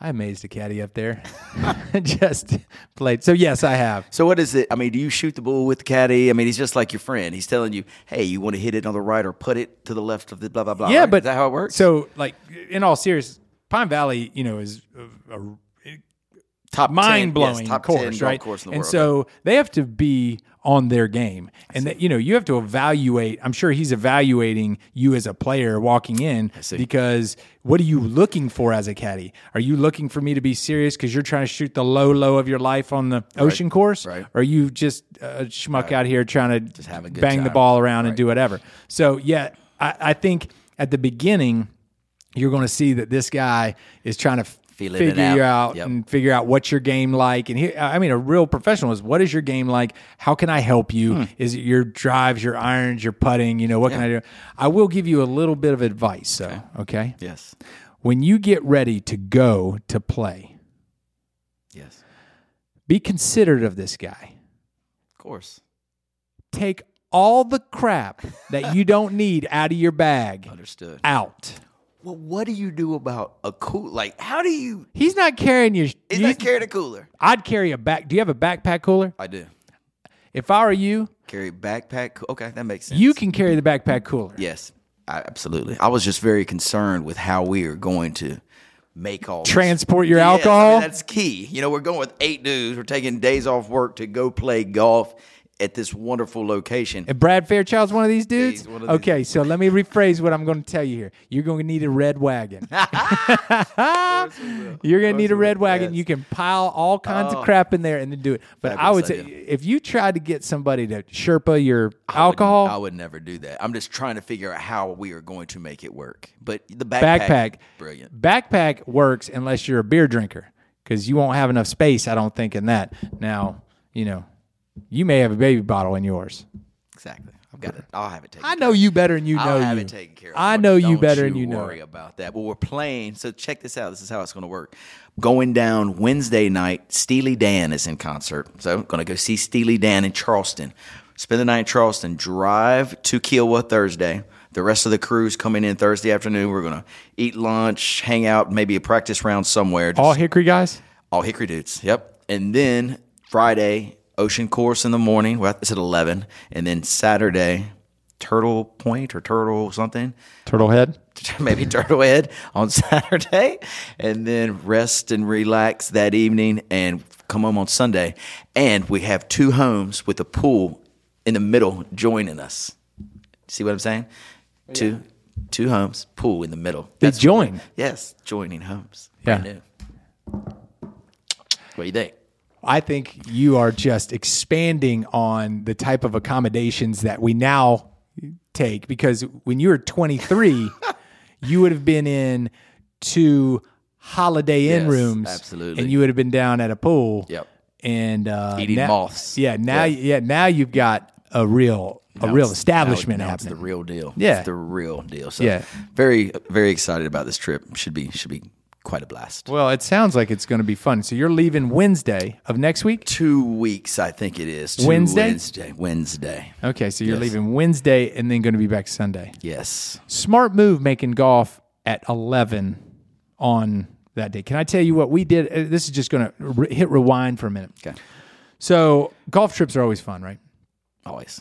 [SPEAKER 3] I amazed a caddy up there. Just played. So yes, I have.
[SPEAKER 2] So what is it? I mean, do you shoot the bull with the caddy? I mean, he's just like your friend. He's telling you, hey, you want to hit it on the right or put it to the left of the blah blah blah.
[SPEAKER 3] Yeah,
[SPEAKER 2] right?
[SPEAKER 3] but
[SPEAKER 2] is that how it works?
[SPEAKER 3] So, like, in all seriousness, Pine Valley, you know, is a, a
[SPEAKER 2] top 10 yes,
[SPEAKER 3] mind blowing
[SPEAKER 2] top 10
[SPEAKER 3] course,
[SPEAKER 2] golf
[SPEAKER 3] right?
[SPEAKER 2] course in the
[SPEAKER 3] and
[SPEAKER 2] world.
[SPEAKER 3] so they have to be on their game, and that you know you have to evaluate. I'm sure he's evaluating you as a player walking in because what are you looking for as a caddy? Are you looking for me to be serious because you're trying to shoot the low low of your life on the ocean course,
[SPEAKER 2] right.
[SPEAKER 3] Or are you just a schmuck out here trying to just
[SPEAKER 2] have a good
[SPEAKER 3] bang the
[SPEAKER 2] time.
[SPEAKER 3] ball around and do whatever? So yeah, I, I think at the beginning you're going to see that this guy is trying to
[SPEAKER 2] Feeling it
[SPEAKER 3] figure
[SPEAKER 2] out.
[SPEAKER 3] you out
[SPEAKER 2] Yep.
[SPEAKER 3] and figure out what's your game like. And he, I mean, a real professional is what is your game like? How can I help you? Is it your drives, your irons, your putting? You know, what can I do? I will give you a little bit of advice. So, okay.
[SPEAKER 2] yes,
[SPEAKER 3] When you get ready to go to play,
[SPEAKER 2] yes,
[SPEAKER 3] be considerate of this guy.
[SPEAKER 2] of course,
[SPEAKER 3] Take all the crap that you don't need out of your bag
[SPEAKER 2] understood.
[SPEAKER 3] out.
[SPEAKER 2] Well, what do you do about a cool? Like, how do you?
[SPEAKER 3] He's not carrying your.
[SPEAKER 2] Is
[SPEAKER 3] you-
[SPEAKER 2] that carrying a cooler?
[SPEAKER 3] I'd carry a back. Do you have a backpack cooler?
[SPEAKER 2] I do
[SPEAKER 3] If I were you,
[SPEAKER 2] carry backpack. coo- Okay, that makes sense.
[SPEAKER 3] you can carry the backpack cooler.
[SPEAKER 2] yes, I, absolutely. I was just very concerned with how we are going to make all this-
[SPEAKER 3] Transport your
[SPEAKER 2] Yeah, I mean,
[SPEAKER 3] alcohol.
[SPEAKER 2] that's key. You know, we're going with eight dudes. We're taking days off work to go play golf at this wonderful location.
[SPEAKER 3] And Brad Fairchild's one of these dudes?
[SPEAKER 2] he's one of these.
[SPEAKER 3] okay, so let me rephrase what I'm going to tell you here. You're going to need a red wagon. You're going to need a red wagon. You can pile all kinds of crap in there and then do it. But I would
[SPEAKER 2] Oh. Fabulous
[SPEAKER 3] say
[SPEAKER 2] idea.
[SPEAKER 3] if you tried to get somebody to Sherpa your alcohol,
[SPEAKER 2] I would never do that. I'm just trying to figure out how we are going to make it work. But the backpack,
[SPEAKER 3] backpack.
[SPEAKER 2] brilliant.
[SPEAKER 3] Backpack works unless you're a beer drinker because you won't have enough space, I don't think, in that. Now, you know, you may have a baby bottle in yours.
[SPEAKER 2] Exactly. I've got it. I'll have it taken.
[SPEAKER 3] I know you better than you know
[SPEAKER 2] I'll have
[SPEAKER 3] you.
[SPEAKER 2] it taken care of.
[SPEAKER 3] I
[SPEAKER 2] Don't-
[SPEAKER 3] know you
[SPEAKER 2] don't
[SPEAKER 3] better than you know.
[SPEAKER 2] worry about that. Well, we're playing. So check this out. This is how it's going to work. Going down Wednesday night. Steely Dan is in concert. So I'm going to go see Steely Dan in Charleston. Spend the night in Charleston. Drive to Kiowa Thursday. The rest of the crew's coming in Thursday afternoon. We're going to eat lunch, hang out, maybe a practice round somewhere. Just
[SPEAKER 3] All Hickory guys?
[SPEAKER 2] all Hickory dudes. Yep. And then Friday, Ocean Course in the morning. Well, it's at eleven. And then Saturday, Turtle Point or Turtle something,
[SPEAKER 3] Turtlehead?
[SPEAKER 2] maybe Turtle Head on Saturday. And then rest and relax that evening, and come home on Sunday. And we have two homes with a pool in the middle joining us. See what I'm saying? Two, two homes, pool in the middle.
[SPEAKER 3] They
[SPEAKER 2] That's-
[SPEAKER 3] join.
[SPEAKER 2] yes, joining homes.
[SPEAKER 3] Yeah.
[SPEAKER 2] Brand new. What do you think?
[SPEAKER 3] I think you are just expanding on the type of accommodations that we now take because when you were 23, you would have been in two Holiday Inn
[SPEAKER 2] Yes,
[SPEAKER 3] rooms,
[SPEAKER 2] absolutely.
[SPEAKER 3] and you would have been down at a pool.
[SPEAKER 2] Yep.
[SPEAKER 3] and uh,
[SPEAKER 2] Eating
[SPEAKER 3] now-
[SPEAKER 2] moths.
[SPEAKER 3] Yeah, now yeah. now you've got a real a
[SPEAKER 2] Now
[SPEAKER 3] real
[SPEAKER 2] it's-
[SPEAKER 3] establishment
[SPEAKER 2] now it- now
[SPEAKER 3] happening.
[SPEAKER 2] It's the real deal.
[SPEAKER 3] Yeah.
[SPEAKER 2] it's the real deal. So
[SPEAKER 3] Yeah.
[SPEAKER 2] very very excited about this trip. Should be should be quite a blast.
[SPEAKER 3] well, it sounds like it's going to be fun. So you're leaving Wednesday of next week.
[SPEAKER 2] Two weeks, I think it is. Two
[SPEAKER 3] Wednesday?
[SPEAKER 2] Wednesday. Wednesday.
[SPEAKER 3] Okay, so you're
[SPEAKER 2] Yes.
[SPEAKER 3] leaving Wednesday and then going to be back Sunday.
[SPEAKER 2] Yes.
[SPEAKER 3] smart move making golf at 11 on that day. Can I tell you what we did? Uh, This is just going to re- hit rewind for a minute.
[SPEAKER 2] Okay.
[SPEAKER 3] So, golf trips are always fun, right?
[SPEAKER 2] Always.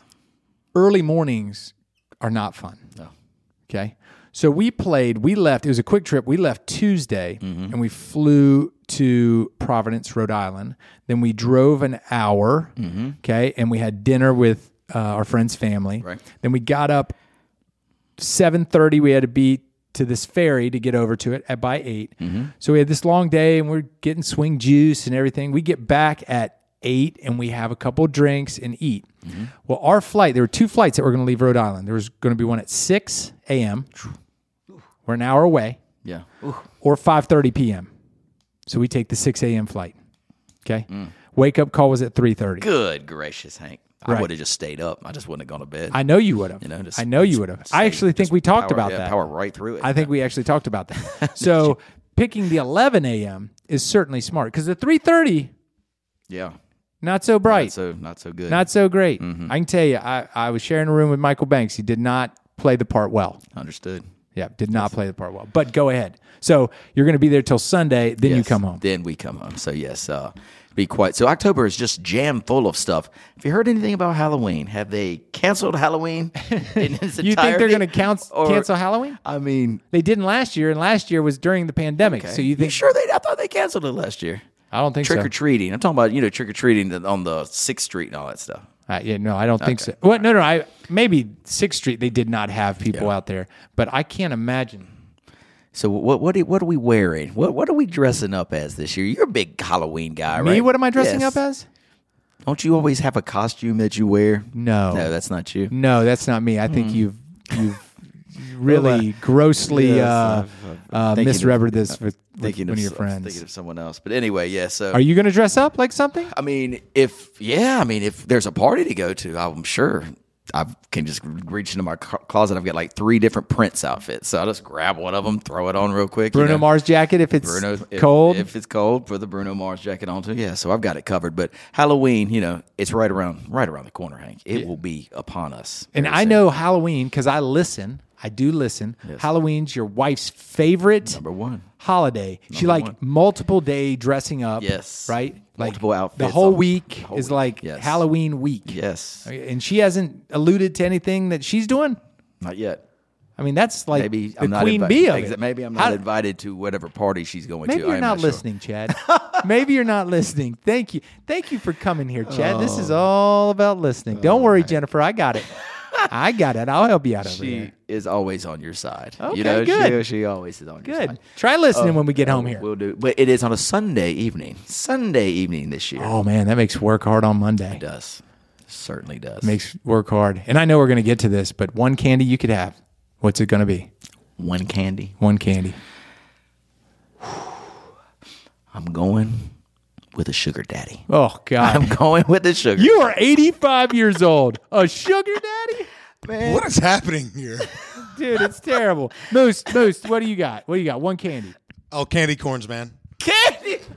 [SPEAKER 3] Early mornings are not fun.
[SPEAKER 2] No.
[SPEAKER 3] Okay. So, we played, we left, it was a quick trip. We left Tuesday
[SPEAKER 2] Mm-hmm.
[SPEAKER 3] and we flew to Providence, Rhode Island. Then we drove an hour.
[SPEAKER 2] Mm-hmm.
[SPEAKER 3] Okay. And we had dinner with uh, our friend's family.
[SPEAKER 2] Right.
[SPEAKER 3] Then we got up seven thirty we had to be to this ferry to get over to it at by 8
[SPEAKER 2] Mm-hmm.
[SPEAKER 3] So we had this long day and we're getting swing juice and everything. We get back at eight and we have a couple drinks and eat.
[SPEAKER 2] Mm-hmm.
[SPEAKER 3] Well, our flight there were two flights that were going to leave Rhode Island. There was going to be one at six a.m. We're an hour away,
[SPEAKER 2] Yeah.
[SPEAKER 3] or five thirty p.m. So we take the six a.m. flight. Okay, wake up call was at three thirty.
[SPEAKER 2] Mm. Good gracious, Hank. I
[SPEAKER 3] Right.
[SPEAKER 2] would have just stayed up. I just wouldn't have gone to bed.
[SPEAKER 3] I know you would have.
[SPEAKER 2] know, just-
[SPEAKER 3] I know you would have. I actually think we talked
[SPEAKER 2] power,
[SPEAKER 3] about
[SPEAKER 2] yeah,
[SPEAKER 3] that.
[SPEAKER 2] Power right through it.
[SPEAKER 3] I think we actually talked about that. So picking the 11 a.m. is certainly smart because the 3:30
[SPEAKER 2] yeah.
[SPEAKER 3] Not so bright.
[SPEAKER 2] Not so Mm-hmm. not so good.
[SPEAKER 3] not so great. I can tell you, I, I was sharing a room with Michael Banks. He did not play the part well.
[SPEAKER 2] understood.
[SPEAKER 3] Yeah, did not play the part well. But go ahead. So you're going to be there till Sunday. Then you
[SPEAKER 2] Yes,
[SPEAKER 3] come home.
[SPEAKER 2] Then we come home. So yes, uh, be quite. So October is just jam full of stuff. Have you heard anything about Halloween? Have they canceled Halloween? In its
[SPEAKER 3] You think they're
[SPEAKER 2] entirety?
[SPEAKER 3] going to count,
[SPEAKER 2] Or-
[SPEAKER 3] cancel Halloween?
[SPEAKER 2] I mean,
[SPEAKER 3] They didn't last year, and last year was during the pandemic. So you think?
[SPEAKER 2] sure they? I thought they canceled it last year.
[SPEAKER 3] I don't think
[SPEAKER 2] Trick
[SPEAKER 3] so.
[SPEAKER 2] or treating. I'm talking about you know trick or treating on the Sixth Street and all that stuff.
[SPEAKER 3] Uh, yeah, no, I don't think so. What? No, no. I maybe Sixth Street. They did not have people out there, but I can't imagine.
[SPEAKER 2] So what what do- what are we wearing? What what are we dressing up as this year? You're a big Halloween guy, right?
[SPEAKER 3] Me? What am I dressing
[SPEAKER 2] Yes.
[SPEAKER 3] up as?
[SPEAKER 2] Don't you always have a costume that you wear?
[SPEAKER 3] No.
[SPEAKER 2] no, that's not you.
[SPEAKER 3] No, that's not me. I think you've you've really grossly
[SPEAKER 2] uh, yes,
[SPEAKER 3] uh, uh,
[SPEAKER 2] thinking of-
[SPEAKER 3] misrepresented this with, with
[SPEAKER 2] Thinking
[SPEAKER 3] one
[SPEAKER 2] of,
[SPEAKER 3] of your
[SPEAKER 2] s- Uh,
[SPEAKER 3] friends.
[SPEAKER 2] thinking of someone else. But anyway, yeah. So
[SPEAKER 3] Are you going to dress up like something?
[SPEAKER 2] I mean, if yeah, I mean, if there's a party to go to, I'm sure I can just reach into my co- closet. I've got like three different Prince outfits, so I'll just grab one of them, throw it on real quick. you
[SPEAKER 3] Bruno
[SPEAKER 2] know.
[SPEAKER 3] Mars jacket if it's
[SPEAKER 2] Bruno, if-
[SPEAKER 3] cold.
[SPEAKER 2] If, it's cold, put the Bruno Mars jacket on too. Yeah, so I've got it covered. But Halloween, you know, it's right around right around the corner, Hank. It will be upon us.
[SPEAKER 3] and
[SPEAKER 2] very
[SPEAKER 3] I
[SPEAKER 2] soon.
[SPEAKER 3] know Halloween because I listen. I do listen. Halloween's your wife's favorite
[SPEAKER 2] number one.
[SPEAKER 3] holiday. she like multiple day dressing up.
[SPEAKER 2] Yes.
[SPEAKER 3] right. Like
[SPEAKER 2] Multiple
[SPEAKER 3] The
[SPEAKER 2] outfits
[SPEAKER 3] whole
[SPEAKER 2] on-
[SPEAKER 3] week
[SPEAKER 2] the whole
[SPEAKER 3] is
[SPEAKER 2] week.
[SPEAKER 3] like
[SPEAKER 2] Yes.
[SPEAKER 3] Halloween week.
[SPEAKER 2] Yes,
[SPEAKER 3] And she hasn't alluded to anything that she's doing.
[SPEAKER 2] not yet.
[SPEAKER 3] I mean, that's like
[SPEAKER 2] Maybe
[SPEAKER 3] the
[SPEAKER 2] I'm not
[SPEAKER 3] queen
[SPEAKER 2] invi-
[SPEAKER 3] bee of
[SPEAKER 2] exa-
[SPEAKER 3] it.
[SPEAKER 2] Maybe I'm
[SPEAKER 3] How-
[SPEAKER 2] not invited to whatever party she's going
[SPEAKER 3] Maybe
[SPEAKER 2] to.
[SPEAKER 3] you're
[SPEAKER 2] I'm
[SPEAKER 3] not
[SPEAKER 2] sure.
[SPEAKER 3] listening, Chad. maybe you're not listening. Thank you. Thank you for coming here, Chad. This
[SPEAKER 2] Oh.
[SPEAKER 3] is all about listening. Don't worry, Jennifer. I got it. I got it. I'll help you out over
[SPEAKER 2] She
[SPEAKER 3] here.
[SPEAKER 2] is always on your side.
[SPEAKER 3] Okay,
[SPEAKER 2] you know,
[SPEAKER 3] good.
[SPEAKER 2] She, she always is on your
[SPEAKER 3] Good.
[SPEAKER 2] side.
[SPEAKER 3] Try listening when we get home here.
[SPEAKER 2] "Oh, We'll do, but it is on a Sunday evening. Sunday evening this year.
[SPEAKER 3] Oh man, that makes work hard on Monday.
[SPEAKER 2] It does certainly does.
[SPEAKER 3] Makes work hard. And I know we're going to get to this, but one candy you could have. What's it going to be?
[SPEAKER 2] one candy.
[SPEAKER 3] One candy.
[SPEAKER 2] I'm going with a sugar daddy.
[SPEAKER 3] Oh
[SPEAKER 2] I'm
[SPEAKER 3] God,
[SPEAKER 2] going with a sugar.
[SPEAKER 3] you are 85 years old. A sugar daddy,
[SPEAKER 5] What is happening here?
[SPEAKER 3] dude. It's terrible. Moose, Moose, what do you got? What do you got? One candy.
[SPEAKER 5] Oh, candy corns, man.
[SPEAKER 2] candy.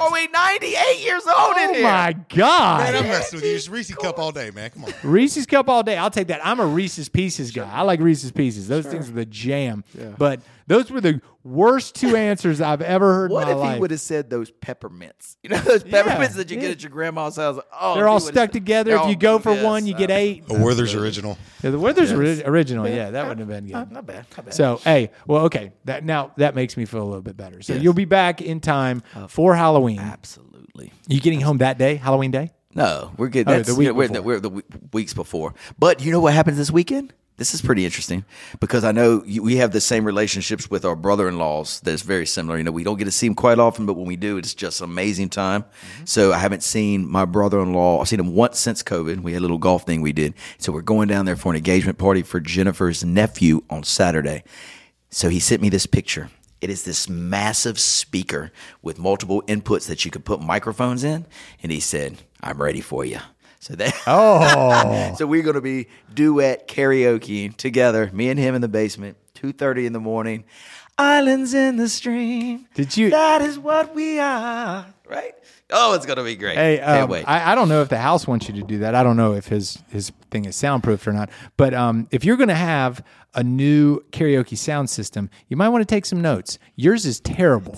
[SPEAKER 2] Are we 98 years old in
[SPEAKER 3] Oh
[SPEAKER 2] here?
[SPEAKER 3] my God.
[SPEAKER 5] Man, I'm messing with you. It's Reese cup all day, man. Come on.
[SPEAKER 3] Reese's cup all day. I'll take that. I'm a Reese's Pieces guy. I like Reese's Pieces. Those things are the jam. But those were the worst two answers I've ever heard
[SPEAKER 2] What
[SPEAKER 3] in my
[SPEAKER 2] if he
[SPEAKER 3] life.
[SPEAKER 2] would have said those peppermints? You know those peppermints that you
[SPEAKER 3] yeah.
[SPEAKER 2] get at your grandma's house. Oh,
[SPEAKER 3] They're
[SPEAKER 2] if he
[SPEAKER 3] all
[SPEAKER 2] would've
[SPEAKER 3] stuck
[SPEAKER 2] said-
[SPEAKER 3] together.
[SPEAKER 2] they're
[SPEAKER 3] If
[SPEAKER 2] all-
[SPEAKER 3] you go for
[SPEAKER 2] yes,
[SPEAKER 3] one, you
[SPEAKER 2] uh,
[SPEAKER 3] get eight.
[SPEAKER 5] A Werther's original.
[SPEAKER 3] Yeah, the Werther's ori- original. Yeah, that wouldn't have been good.
[SPEAKER 2] Uh, Not bad. Not bad.
[SPEAKER 3] So hey, well, okay. That now that makes me feel a little bit better. So you'll be back in time
[SPEAKER 2] Uh,
[SPEAKER 3] for Halloween.
[SPEAKER 2] Absolutely.
[SPEAKER 3] You getting home that day, Halloween day?
[SPEAKER 2] No, we're good.
[SPEAKER 3] Oh,
[SPEAKER 2] That's,
[SPEAKER 3] the week
[SPEAKER 2] yeah, we're,
[SPEAKER 3] before.
[SPEAKER 2] we're the we- weeks before. But you know what happens this weekend? This is pretty interesting because I know you, we have the same relationships with our brother-in-laws that's very similar. You know, we don't get to see them quite often, but when we do, it's just an amazing time. So I haven't seen my brother-in-law. I've seen him once since COVID. We had a little golf thing we did. So we're going down there for an engagement party for Jennifer's nephew on Saturday. So he sent me this picture. It is this massive speaker with multiple inputs that you could put microphones in. And he said, I'm ready for you. So that Oh so we're gonna be duet karaoke together, me and him in the basement, two thirty in the morning. Islands in the stream.
[SPEAKER 3] Did you-
[SPEAKER 2] That is what we are. Right? Oh, it's gonna be great.
[SPEAKER 3] Hey,
[SPEAKER 2] Can't
[SPEAKER 3] um,
[SPEAKER 2] wait.
[SPEAKER 3] I, I don't know if the house wants you to do that. I don't know if his his thing is soundproofed or not. But um, if you're going to have a new karaoke sound system, you might want to take some notes. Yours is terrible.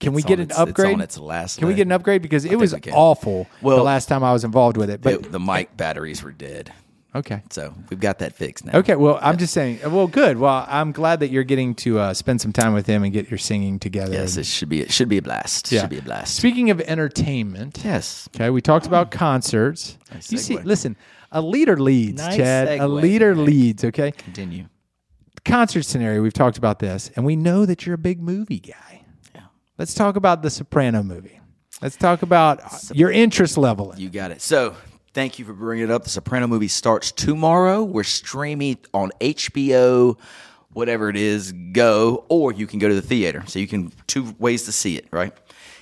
[SPEAKER 3] can we
[SPEAKER 2] it's
[SPEAKER 3] get
[SPEAKER 2] on
[SPEAKER 3] an
[SPEAKER 2] its- it's
[SPEAKER 3] upgrade?
[SPEAKER 2] on its last
[SPEAKER 3] can we
[SPEAKER 2] leg.
[SPEAKER 3] get an upgrade because it was
[SPEAKER 2] we can.
[SPEAKER 3] awful the
[SPEAKER 2] Well-
[SPEAKER 3] last time I was involved with it? But
[SPEAKER 2] the, the mic batteries were dead.
[SPEAKER 3] okay,
[SPEAKER 2] So we've got that fixed now.
[SPEAKER 3] okay. Well, I'm just saying. Well, good. Well, I'm glad that you're getting to uh, spend some time with him and get your singing together.
[SPEAKER 2] Yes,
[SPEAKER 3] And-
[SPEAKER 2] it should be it should be a blast.
[SPEAKER 3] yeah.
[SPEAKER 2] Should be a blast.
[SPEAKER 3] Speaking of entertainment,
[SPEAKER 2] Yes.
[SPEAKER 3] Okay, we talked about concerts. you see, listen, a leader leads,
[SPEAKER 2] Nice
[SPEAKER 3] Chad. a
[SPEAKER 2] segue,
[SPEAKER 3] leader
[SPEAKER 2] Nick.
[SPEAKER 3] leads. Okay,
[SPEAKER 2] Continue.
[SPEAKER 3] concert scenario. We've talked about this, and we know that you're a big movie guy. Let's talk about the Soprano movie. Let's talk about uh, your interest level. In. it.
[SPEAKER 2] You got it. So, thank you for bringing it up. The Soprano movie starts tomorrow. We're streaming on HBO, whatever it is, go, or you can go to the theater. So, you can two ways to see it, right?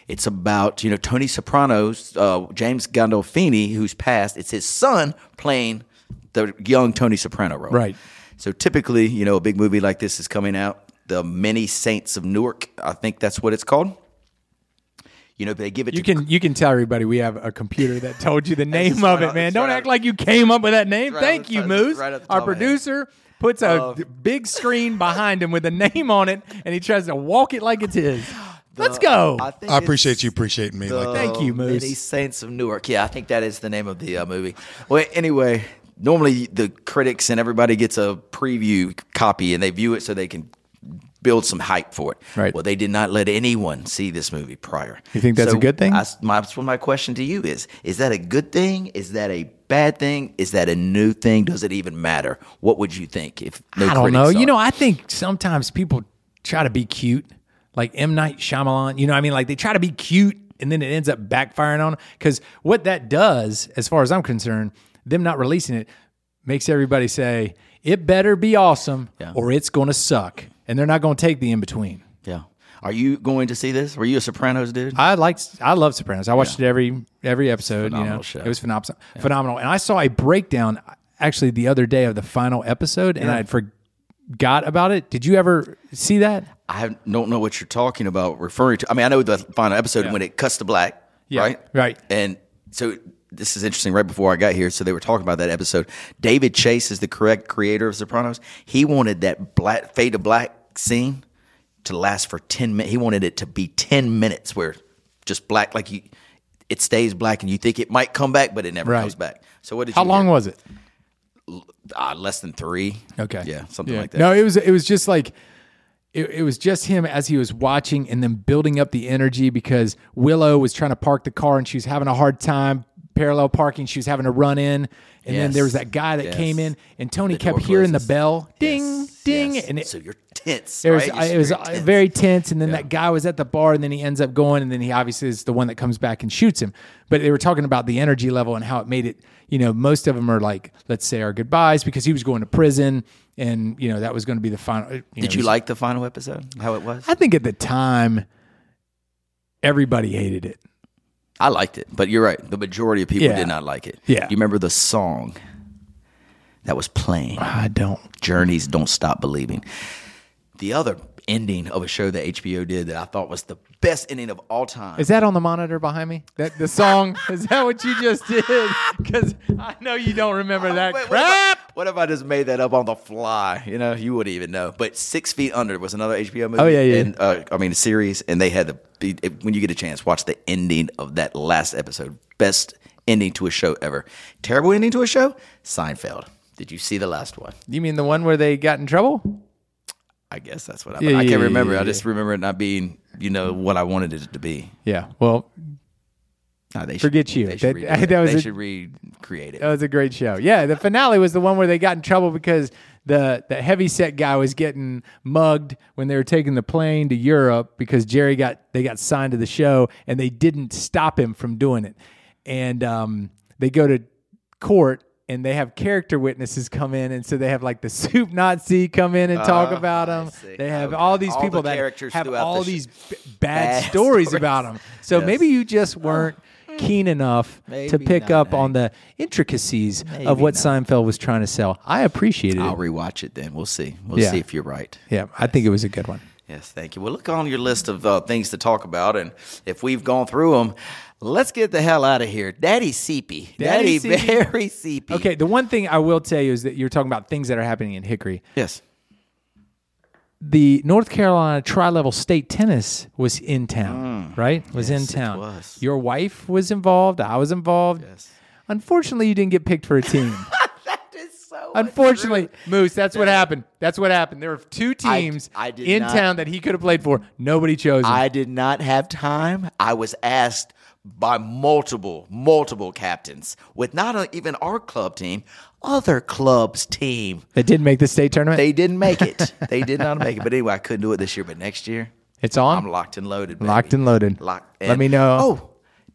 [SPEAKER 2] It's about, you know, Tony Soprano's, uh, James Gandolfini, who's passed. It's his son playing the young Tony Soprano role.
[SPEAKER 3] Right.
[SPEAKER 2] So typically, you know, a big movie like this is coming out. The Many Saints of Newark, I think that's what it's called. You know, they give it
[SPEAKER 3] You
[SPEAKER 2] to
[SPEAKER 3] can you can tell everybody we have a computer that told you the name
[SPEAKER 2] right out-
[SPEAKER 3] of it, man.
[SPEAKER 2] it's
[SPEAKER 3] Don't
[SPEAKER 2] right
[SPEAKER 3] act
[SPEAKER 2] out-
[SPEAKER 3] like you came up with that name.
[SPEAKER 2] right out
[SPEAKER 3] Thank
[SPEAKER 2] the
[SPEAKER 3] you,
[SPEAKER 2] top-
[SPEAKER 3] Moose.
[SPEAKER 2] right out the
[SPEAKER 3] Our
[SPEAKER 2] top of my head.
[SPEAKER 3] producer puts a d- big screen behind him with a name on it, and he tries to walk it like it's his. Let's go.
[SPEAKER 2] think
[SPEAKER 5] I
[SPEAKER 2] it's
[SPEAKER 5] appreciate you appreciating me. like that.
[SPEAKER 3] Thank you, Moose.
[SPEAKER 2] Many Saints of Newark. Yeah, I think that is the name of the uh, movie. Well, anyway, normally the critics and everybody gets a preview copy and they view it so they can build some hype for it.
[SPEAKER 3] Right.
[SPEAKER 2] Well, they did not let anyone see this movie prior.
[SPEAKER 3] You think that's
[SPEAKER 2] So
[SPEAKER 3] a good thing?
[SPEAKER 2] I, my, that's what my question to you is: Is that a good thing? Is that a bad thing? Is that a new thing? Does it even matter? What would you think if no
[SPEAKER 3] I don't
[SPEAKER 2] critics
[SPEAKER 3] know.
[SPEAKER 2] saw
[SPEAKER 3] You
[SPEAKER 2] it?
[SPEAKER 3] know, I think sometimes people try to be cute, like M Night Shyamalan. You know, what I mean, like they try to be cute, and then it ends up backfiring on because what that does, as far as I'm concerned, them not releasing it makes everybody say it better be awesome or it's going to suck, and they're not going to take the in between.
[SPEAKER 2] Yeah. Are you going to see this? Were you a Sopranos dude?
[SPEAKER 3] I liked, I love Sopranos. I watched it every every episode. You know,
[SPEAKER 2] Phenomenal show.
[SPEAKER 3] it was phenom- phenomenal. And I saw a breakdown actually the other day of the final episode, and I had forgot about it. Did you ever see that?
[SPEAKER 2] I have- don't know what you're talking about referring to. I mean, I know the final episode when it cuts to black,
[SPEAKER 3] Yeah,
[SPEAKER 2] right?
[SPEAKER 3] right.
[SPEAKER 2] And so this is interesting. Right before I got here, so they were talking about that episode. David Chase is the correct creator of Sopranos. He wanted that black fade to black scene to last for ten minutes. He wanted it to be ten minutes where just black, like you, it stays black, and you think it might come back, but it never
[SPEAKER 3] Right.
[SPEAKER 2] comes back. So what did
[SPEAKER 3] How
[SPEAKER 2] you
[SPEAKER 3] long
[SPEAKER 2] hear?
[SPEAKER 3] was it?
[SPEAKER 2] uh, less than three?
[SPEAKER 3] Okay.
[SPEAKER 2] yeah, something like that.
[SPEAKER 3] No, it was it was just like it, it was just him as he was watching and then building up the energy because Willow was trying to park the car and she was having a hard time parallel parking. She was having to run in, and then there was
[SPEAKER 2] Yes.
[SPEAKER 3] that guy that
[SPEAKER 2] Yes.
[SPEAKER 3] came in, and Tony
[SPEAKER 2] The
[SPEAKER 3] kept
[SPEAKER 2] door
[SPEAKER 3] hearing the
[SPEAKER 2] closes.
[SPEAKER 3] bell, ding,
[SPEAKER 2] Yes,
[SPEAKER 3] ding,
[SPEAKER 2] yes.
[SPEAKER 3] and it,
[SPEAKER 2] so you're tense.
[SPEAKER 3] It was,
[SPEAKER 2] right? You're
[SPEAKER 3] it was
[SPEAKER 2] very
[SPEAKER 3] uh,
[SPEAKER 2] tense.
[SPEAKER 3] very tense, and then that guy was at the bar, and then he ends up going, and then he obviously is the one that comes back and shoots him. But they were talking about the energy level and how it made it. You know, most of them are like, let's say our goodbyes because he was going to prison, and you know that was going to be the final. You
[SPEAKER 2] Did you like the final episode? How it was?
[SPEAKER 3] I think at the time, everybody hated it.
[SPEAKER 2] I liked it, but you're right. The majority of people
[SPEAKER 3] Yeah.
[SPEAKER 2] did not like it.
[SPEAKER 3] Yeah.
[SPEAKER 2] You remember the song that was playing?
[SPEAKER 3] I don't.
[SPEAKER 2] Journeys Don't Stop Believing. The other ending of a show that HBO did that I thought was the best ending of all time.
[SPEAKER 3] Is that on the monitor behind me? That the song is that what you just did? Because I know you don't remember
[SPEAKER 2] Oh,
[SPEAKER 3] that
[SPEAKER 2] Wait, What
[SPEAKER 3] crap.
[SPEAKER 2] if, I, what if I just made that up on the fly? You know, you wouldn't even know. But Six Feet Under was another HBO movie.
[SPEAKER 3] Oh, yeah, yeah.
[SPEAKER 2] And, uh, I mean, a series, and they had the be- it- when you get a chance, watch the ending of that last episode. Best ending to a show ever. Terrible ending to a show. Seinfeld. Did you see the last one?
[SPEAKER 3] You mean the one where they got in trouble?
[SPEAKER 2] I guess that's what I.
[SPEAKER 3] Yeah,
[SPEAKER 2] I
[SPEAKER 3] yeah,
[SPEAKER 2] can't
[SPEAKER 3] yeah,
[SPEAKER 2] remember.
[SPEAKER 3] yeah,
[SPEAKER 2] I just remember it not being, you know, what I wanted it to be.
[SPEAKER 3] Yeah. Well,
[SPEAKER 2] Nah, they
[SPEAKER 3] Forget you.
[SPEAKER 2] They should,
[SPEAKER 3] That-
[SPEAKER 2] redo it.
[SPEAKER 3] that was
[SPEAKER 2] they
[SPEAKER 3] a- Oh,
[SPEAKER 2] should recreate it.
[SPEAKER 3] That was a great show. Yeah, the finale was the one where they got in trouble because the the heavy set guy was getting mugged when they were taking the plane to Europe because Jerry got they got signed to the show and they didn't stop him from doing it. And um, they go to court and they have character witnesses come in and so they have like the soup Nazi come in and talk about him.
[SPEAKER 2] Uh-huh. see.
[SPEAKER 3] They have
[SPEAKER 2] Okay.
[SPEAKER 3] all these
[SPEAKER 2] All the
[SPEAKER 3] people that
[SPEAKER 2] characters
[SPEAKER 3] have
[SPEAKER 2] throughout
[SPEAKER 3] all
[SPEAKER 2] the sh-
[SPEAKER 3] these b- bad,
[SPEAKER 2] bad stories.
[SPEAKER 3] stories,
[SPEAKER 2] Uh, hmm.
[SPEAKER 3] about him. So maybe you just weren't keen enough to
[SPEAKER 2] Maybe
[SPEAKER 3] pick
[SPEAKER 2] not,
[SPEAKER 3] up on the intricacies of what Seinfeld was trying to sell. I appreciate it.
[SPEAKER 2] I'll rewatch it then. We'll see. We'll
[SPEAKER 3] Yeah.
[SPEAKER 2] see if you're right.
[SPEAKER 3] yeah, I think it was a good one.
[SPEAKER 2] Yes, thank you. Well, look on your list of uh, things to talk about, and if we've gone through them, let's get the hell out of here. Daddy Seepy, Daddy,
[SPEAKER 3] Daddy Seepy.
[SPEAKER 2] very Seepy.
[SPEAKER 3] Okay, the one thing I will tell you is that you're talking about things that are happening in Hickory.
[SPEAKER 2] Yes.
[SPEAKER 3] The North Carolina Tri-Level State Tennis was in
[SPEAKER 2] Mm.
[SPEAKER 3] town, right? Was in town.
[SPEAKER 2] was.
[SPEAKER 3] Your wife was involved. I was involved. Yes. Unfortunately, you didn't get picked for a team.
[SPEAKER 2] That is so.
[SPEAKER 3] Unfortunately, Moose, that's what happened. That's what happened. There were two teams
[SPEAKER 2] I did
[SPEAKER 3] in
[SPEAKER 2] not-
[SPEAKER 3] town that he could have played for. Nobody chose him.
[SPEAKER 2] I did not have time. I was asked by multiple, multiple captains with not uh, even our club team, other clubs' team.
[SPEAKER 3] that did make the state tournament.
[SPEAKER 2] They didn't make it. they did not make it. But anyway, I couldn't do it this year. But next year,
[SPEAKER 3] it's on.
[SPEAKER 2] I'm locked and loaded. Baby.
[SPEAKER 3] Locked and loaded.
[SPEAKER 2] Locked.
[SPEAKER 3] Let me know.
[SPEAKER 2] Oh,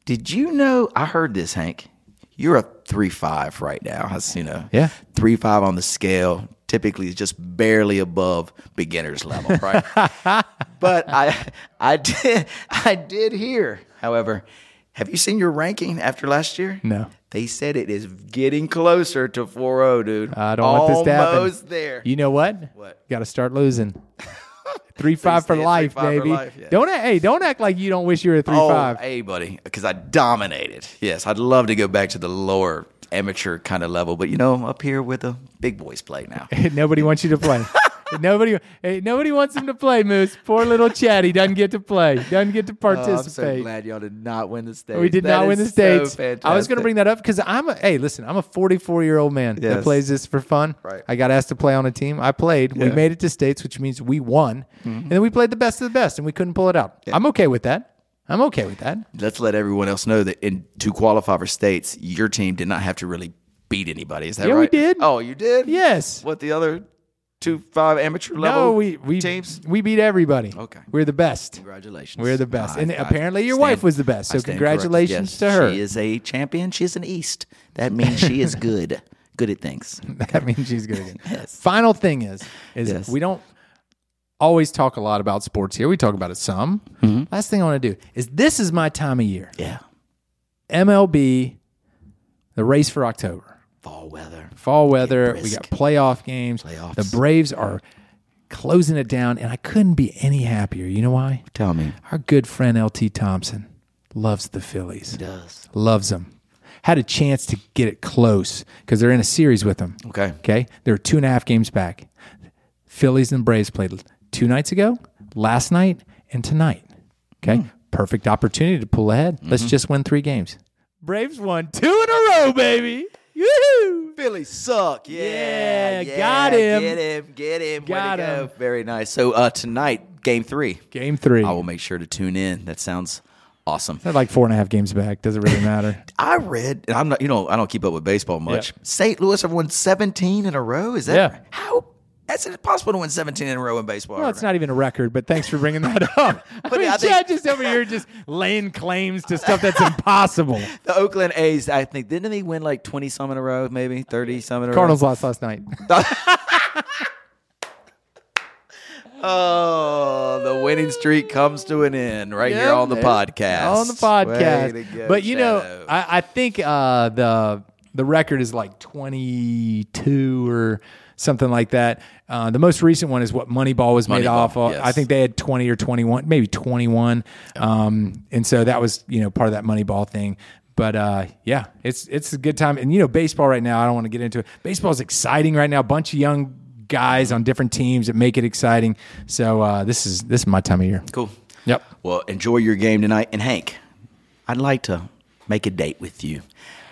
[SPEAKER 2] did you know? I heard this, Hank. You're a three five right now. I s- you know.
[SPEAKER 3] Yeah.
[SPEAKER 2] Three five on the scale typically is just barely above beginner's level, right? but I, I did, I did hear. However, have you seen your ranking after last year?
[SPEAKER 3] No.
[SPEAKER 2] They said it is getting closer to 4-0, dude.
[SPEAKER 3] I don't want this to happen.
[SPEAKER 2] Almost there.
[SPEAKER 3] You know what?
[SPEAKER 2] What?
[SPEAKER 3] Got to start losing. Three five for
[SPEAKER 2] stay at
[SPEAKER 3] life,
[SPEAKER 2] 3-5 for
[SPEAKER 3] baby.
[SPEAKER 2] life, yeah.
[SPEAKER 3] Don't act, hey, don't act like you don't wish you were a three
[SPEAKER 2] oh,
[SPEAKER 3] five.
[SPEAKER 2] hey, buddy, because I dominated. Yes, I'd love to go back to the lower amateur kind of level, but you know, I'm up here with the big boys play now.
[SPEAKER 3] nobody wants you to play. nobody, hey, nobody wants him to play. Moose, poor little Chad. He doesn't get to play. Doesn't get to
[SPEAKER 2] Oh, I'm so
[SPEAKER 3] participate.
[SPEAKER 2] glad y'all did not win the state.
[SPEAKER 3] we did not win the states. I was going to bring that up because I'm a hey, listen, I'm a 44 year old man that
[SPEAKER 2] Yes.
[SPEAKER 3] plays this for fun.
[SPEAKER 2] Right.
[SPEAKER 3] I got asked to play on a team. I played. We
[SPEAKER 2] Yeah. Mm-hmm.
[SPEAKER 3] made it to states, which means we won, and then we played the best of the best, and we couldn't pull it out. I'm okay with that. I'm okay with that.
[SPEAKER 2] Let's let everyone else know that in to qualify for states, your team did not have to really beat anybody. Is that
[SPEAKER 3] Yeah, we
[SPEAKER 2] right?
[SPEAKER 3] did.
[SPEAKER 2] Oh, you did.
[SPEAKER 3] Yes.
[SPEAKER 2] What the other two five amateur level?
[SPEAKER 3] No, we we
[SPEAKER 2] teams.
[SPEAKER 3] we beat everybody.
[SPEAKER 2] Okay.
[SPEAKER 3] we're the best.
[SPEAKER 2] Congratulations.
[SPEAKER 3] We're the best.
[SPEAKER 2] I-
[SPEAKER 3] And
[SPEAKER 2] I
[SPEAKER 3] apparently your
[SPEAKER 2] stand-
[SPEAKER 3] wife was the best,
[SPEAKER 2] I
[SPEAKER 3] so
[SPEAKER 2] stand corrected.
[SPEAKER 3] congratulations
[SPEAKER 2] Yes,
[SPEAKER 3] to her.
[SPEAKER 2] She is a champion. She's an East. That means she is good. Good at things.
[SPEAKER 3] That means she's good again. Final thing is, is
[SPEAKER 2] Yes.
[SPEAKER 3] we don't always talk a lot about sports here. We talk about it some.
[SPEAKER 2] Mm-hmm.
[SPEAKER 3] Last thing I want to do is this is my time of year.
[SPEAKER 2] Yeah.
[SPEAKER 3] MLB, the race for October,
[SPEAKER 2] Fall weather.
[SPEAKER 3] fall weather. We
[SPEAKER 2] brisk.
[SPEAKER 3] got playoff games.
[SPEAKER 2] Playoffs.
[SPEAKER 3] The Braves are closing it down, and I couldn't be any happier. You know why?
[SPEAKER 2] Tell me.
[SPEAKER 3] Our good friend LT Thompson loves the Phillies.
[SPEAKER 2] Does.
[SPEAKER 3] loves them. Had a chance to get it close because they're in a series with them.
[SPEAKER 2] Okay.
[SPEAKER 3] Okay. They were two and a half games back. Phillies and Braves played two nights ago, last night, and tonight. Okay.
[SPEAKER 2] Hmm.
[SPEAKER 3] Perfect opportunity to pull ahead.
[SPEAKER 2] Mm-hmm.
[SPEAKER 3] Let's just win three games. Braves won two in a row, baby. Woo!
[SPEAKER 2] Philly suck.
[SPEAKER 3] Yeah,
[SPEAKER 2] Yeah.
[SPEAKER 3] got him.
[SPEAKER 2] Get him. Get him. Way
[SPEAKER 3] Got
[SPEAKER 2] to
[SPEAKER 3] him.
[SPEAKER 2] Go. Very nice. So uh, tonight, game three.
[SPEAKER 3] Game three.
[SPEAKER 2] I will make sure to tune in. That sounds awesome.
[SPEAKER 3] They're like four and a half games back. Doesn't really matter.
[SPEAKER 2] I read, and I'm not, you know, I don't keep up with baseball much. St. Louis have won 17 in a row. Is that
[SPEAKER 3] Yeah.
[SPEAKER 2] how? That's it possible to win 17 in a row in baseball.
[SPEAKER 3] Well, it's not even a record, but thanks for bringing that up. I
[SPEAKER 2] But
[SPEAKER 3] mean,
[SPEAKER 2] I think-
[SPEAKER 3] Chad just over here just laying claims to stuff that's impossible.
[SPEAKER 2] The Oakland A's, I think, didn't they win like 20 some in a row, maybe 30 some in a
[SPEAKER 3] Cardinals
[SPEAKER 2] row?
[SPEAKER 3] lost last night.
[SPEAKER 2] Oh, the winning streak comes to an end right here on the
[SPEAKER 3] man.
[SPEAKER 2] podcast.
[SPEAKER 3] On the
[SPEAKER 2] Way to
[SPEAKER 3] podcast.
[SPEAKER 2] go,
[SPEAKER 3] but you know,
[SPEAKER 2] Shadow.
[SPEAKER 3] I, I think uh, the the record is like twenty two or something like that. Uh, the most recent one is what Moneyball was made
[SPEAKER 2] Moneyball,
[SPEAKER 3] off. of.
[SPEAKER 2] yes.
[SPEAKER 3] I think they had twenty or twenty one, maybe twenty one. Um, and so that was you know part of that Moneyball thing. But uh, yeah, it's it's a good time. And you know, baseball right now. I don't want to get into it. Baseball's exciting right now. A bunch of young guys on different teams that make it exciting. So uh, this is this is my time of year.
[SPEAKER 2] cool.
[SPEAKER 3] Yep.
[SPEAKER 2] Well, enjoy your game tonight. And Hank, I'd like to make a date with you.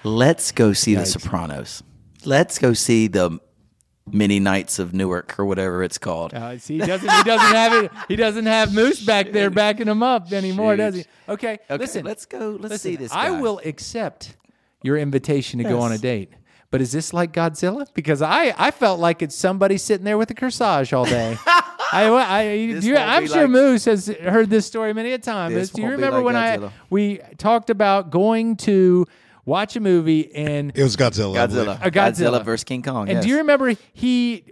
[SPEAKER 2] Let's go see The Sopranos. Let's go see the Many Nights of Newark or whatever it's called.
[SPEAKER 3] Uh, see, he doesn't. He doesn't have it. He doesn't have Moose back there backing him up anymore, does he?
[SPEAKER 2] Shoot.
[SPEAKER 3] Okay, listen.
[SPEAKER 2] let's go. Let's
[SPEAKER 3] listen,
[SPEAKER 2] see this.
[SPEAKER 3] I
[SPEAKER 2] guy.
[SPEAKER 3] will accept your invitation to go on a date. But is this like Godzilla? Because I, I felt like it's somebody sitting there with a corsage all day. I, I, you,
[SPEAKER 2] won't
[SPEAKER 3] I'm
[SPEAKER 2] be
[SPEAKER 3] sure
[SPEAKER 2] like-
[SPEAKER 3] Moose has heard this story many a time.
[SPEAKER 2] This
[SPEAKER 3] Do you
[SPEAKER 2] won't be
[SPEAKER 3] remember
[SPEAKER 2] like
[SPEAKER 3] when I
[SPEAKER 2] Godzilla.
[SPEAKER 3] we talked about going to watch a movie and
[SPEAKER 5] It was Godzilla. I believe.
[SPEAKER 2] Godzilla.
[SPEAKER 3] a Godzilla.
[SPEAKER 2] versus King Kong.
[SPEAKER 3] And do you
[SPEAKER 2] yes.
[SPEAKER 3] remember he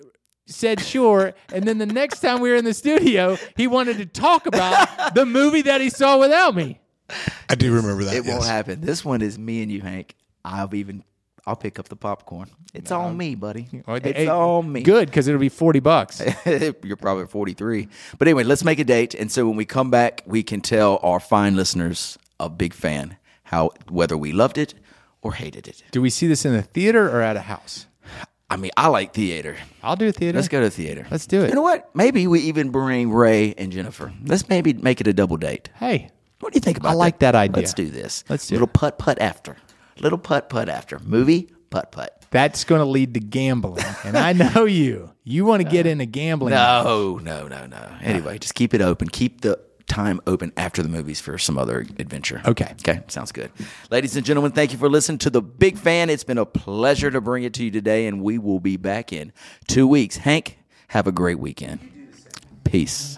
[SPEAKER 3] said sure, and then the next time we were in the studio, he wanted to talk about the movie that he saw without me.
[SPEAKER 5] I do remember that.
[SPEAKER 2] It won't
[SPEAKER 5] yes.
[SPEAKER 2] happen. This one is me and you, Hank. I'll even. I'll pick up the popcorn. It's on me, buddy. It's
[SPEAKER 3] Hey,
[SPEAKER 2] on me.
[SPEAKER 3] Good, because it'll be forty bucks.
[SPEAKER 2] You're probably 43. But anyway, let's make a date. And so when we come back, we can tell our fine listeners, a big fan, how whether we loved it or hated it.
[SPEAKER 3] Do we see this in a theater or at a house?
[SPEAKER 2] I mean, I like theater.
[SPEAKER 3] I'll do a theater.
[SPEAKER 2] Let's go to theater.
[SPEAKER 3] Let's do it.
[SPEAKER 2] You know what? Maybe we even bring Ray and Jennifer. Let's maybe make it a double date.
[SPEAKER 3] Hey,
[SPEAKER 2] What do you think about
[SPEAKER 3] I like that idea.
[SPEAKER 2] Let's do this.
[SPEAKER 3] Let's do
[SPEAKER 2] Little
[SPEAKER 3] it.
[SPEAKER 2] putt putt after. Little putt putt after. Movie putt putt.
[SPEAKER 3] that's going to lead to gambling, and I know you. You want to get into gambling?
[SPEAKER 2] No, no, no, no. Anyway, just keep it open. Keep the time open after the movies for some other adventure.
[SPEAKER 3] Okay.
[SPEAKER 2] Okay. Sounds good. Ladies and gentlemen, thank you for listening to The Big Fan. It's been a pleasure to bring it to you today, and we will be back in two weeks. Hank, have a great weekend. Peace.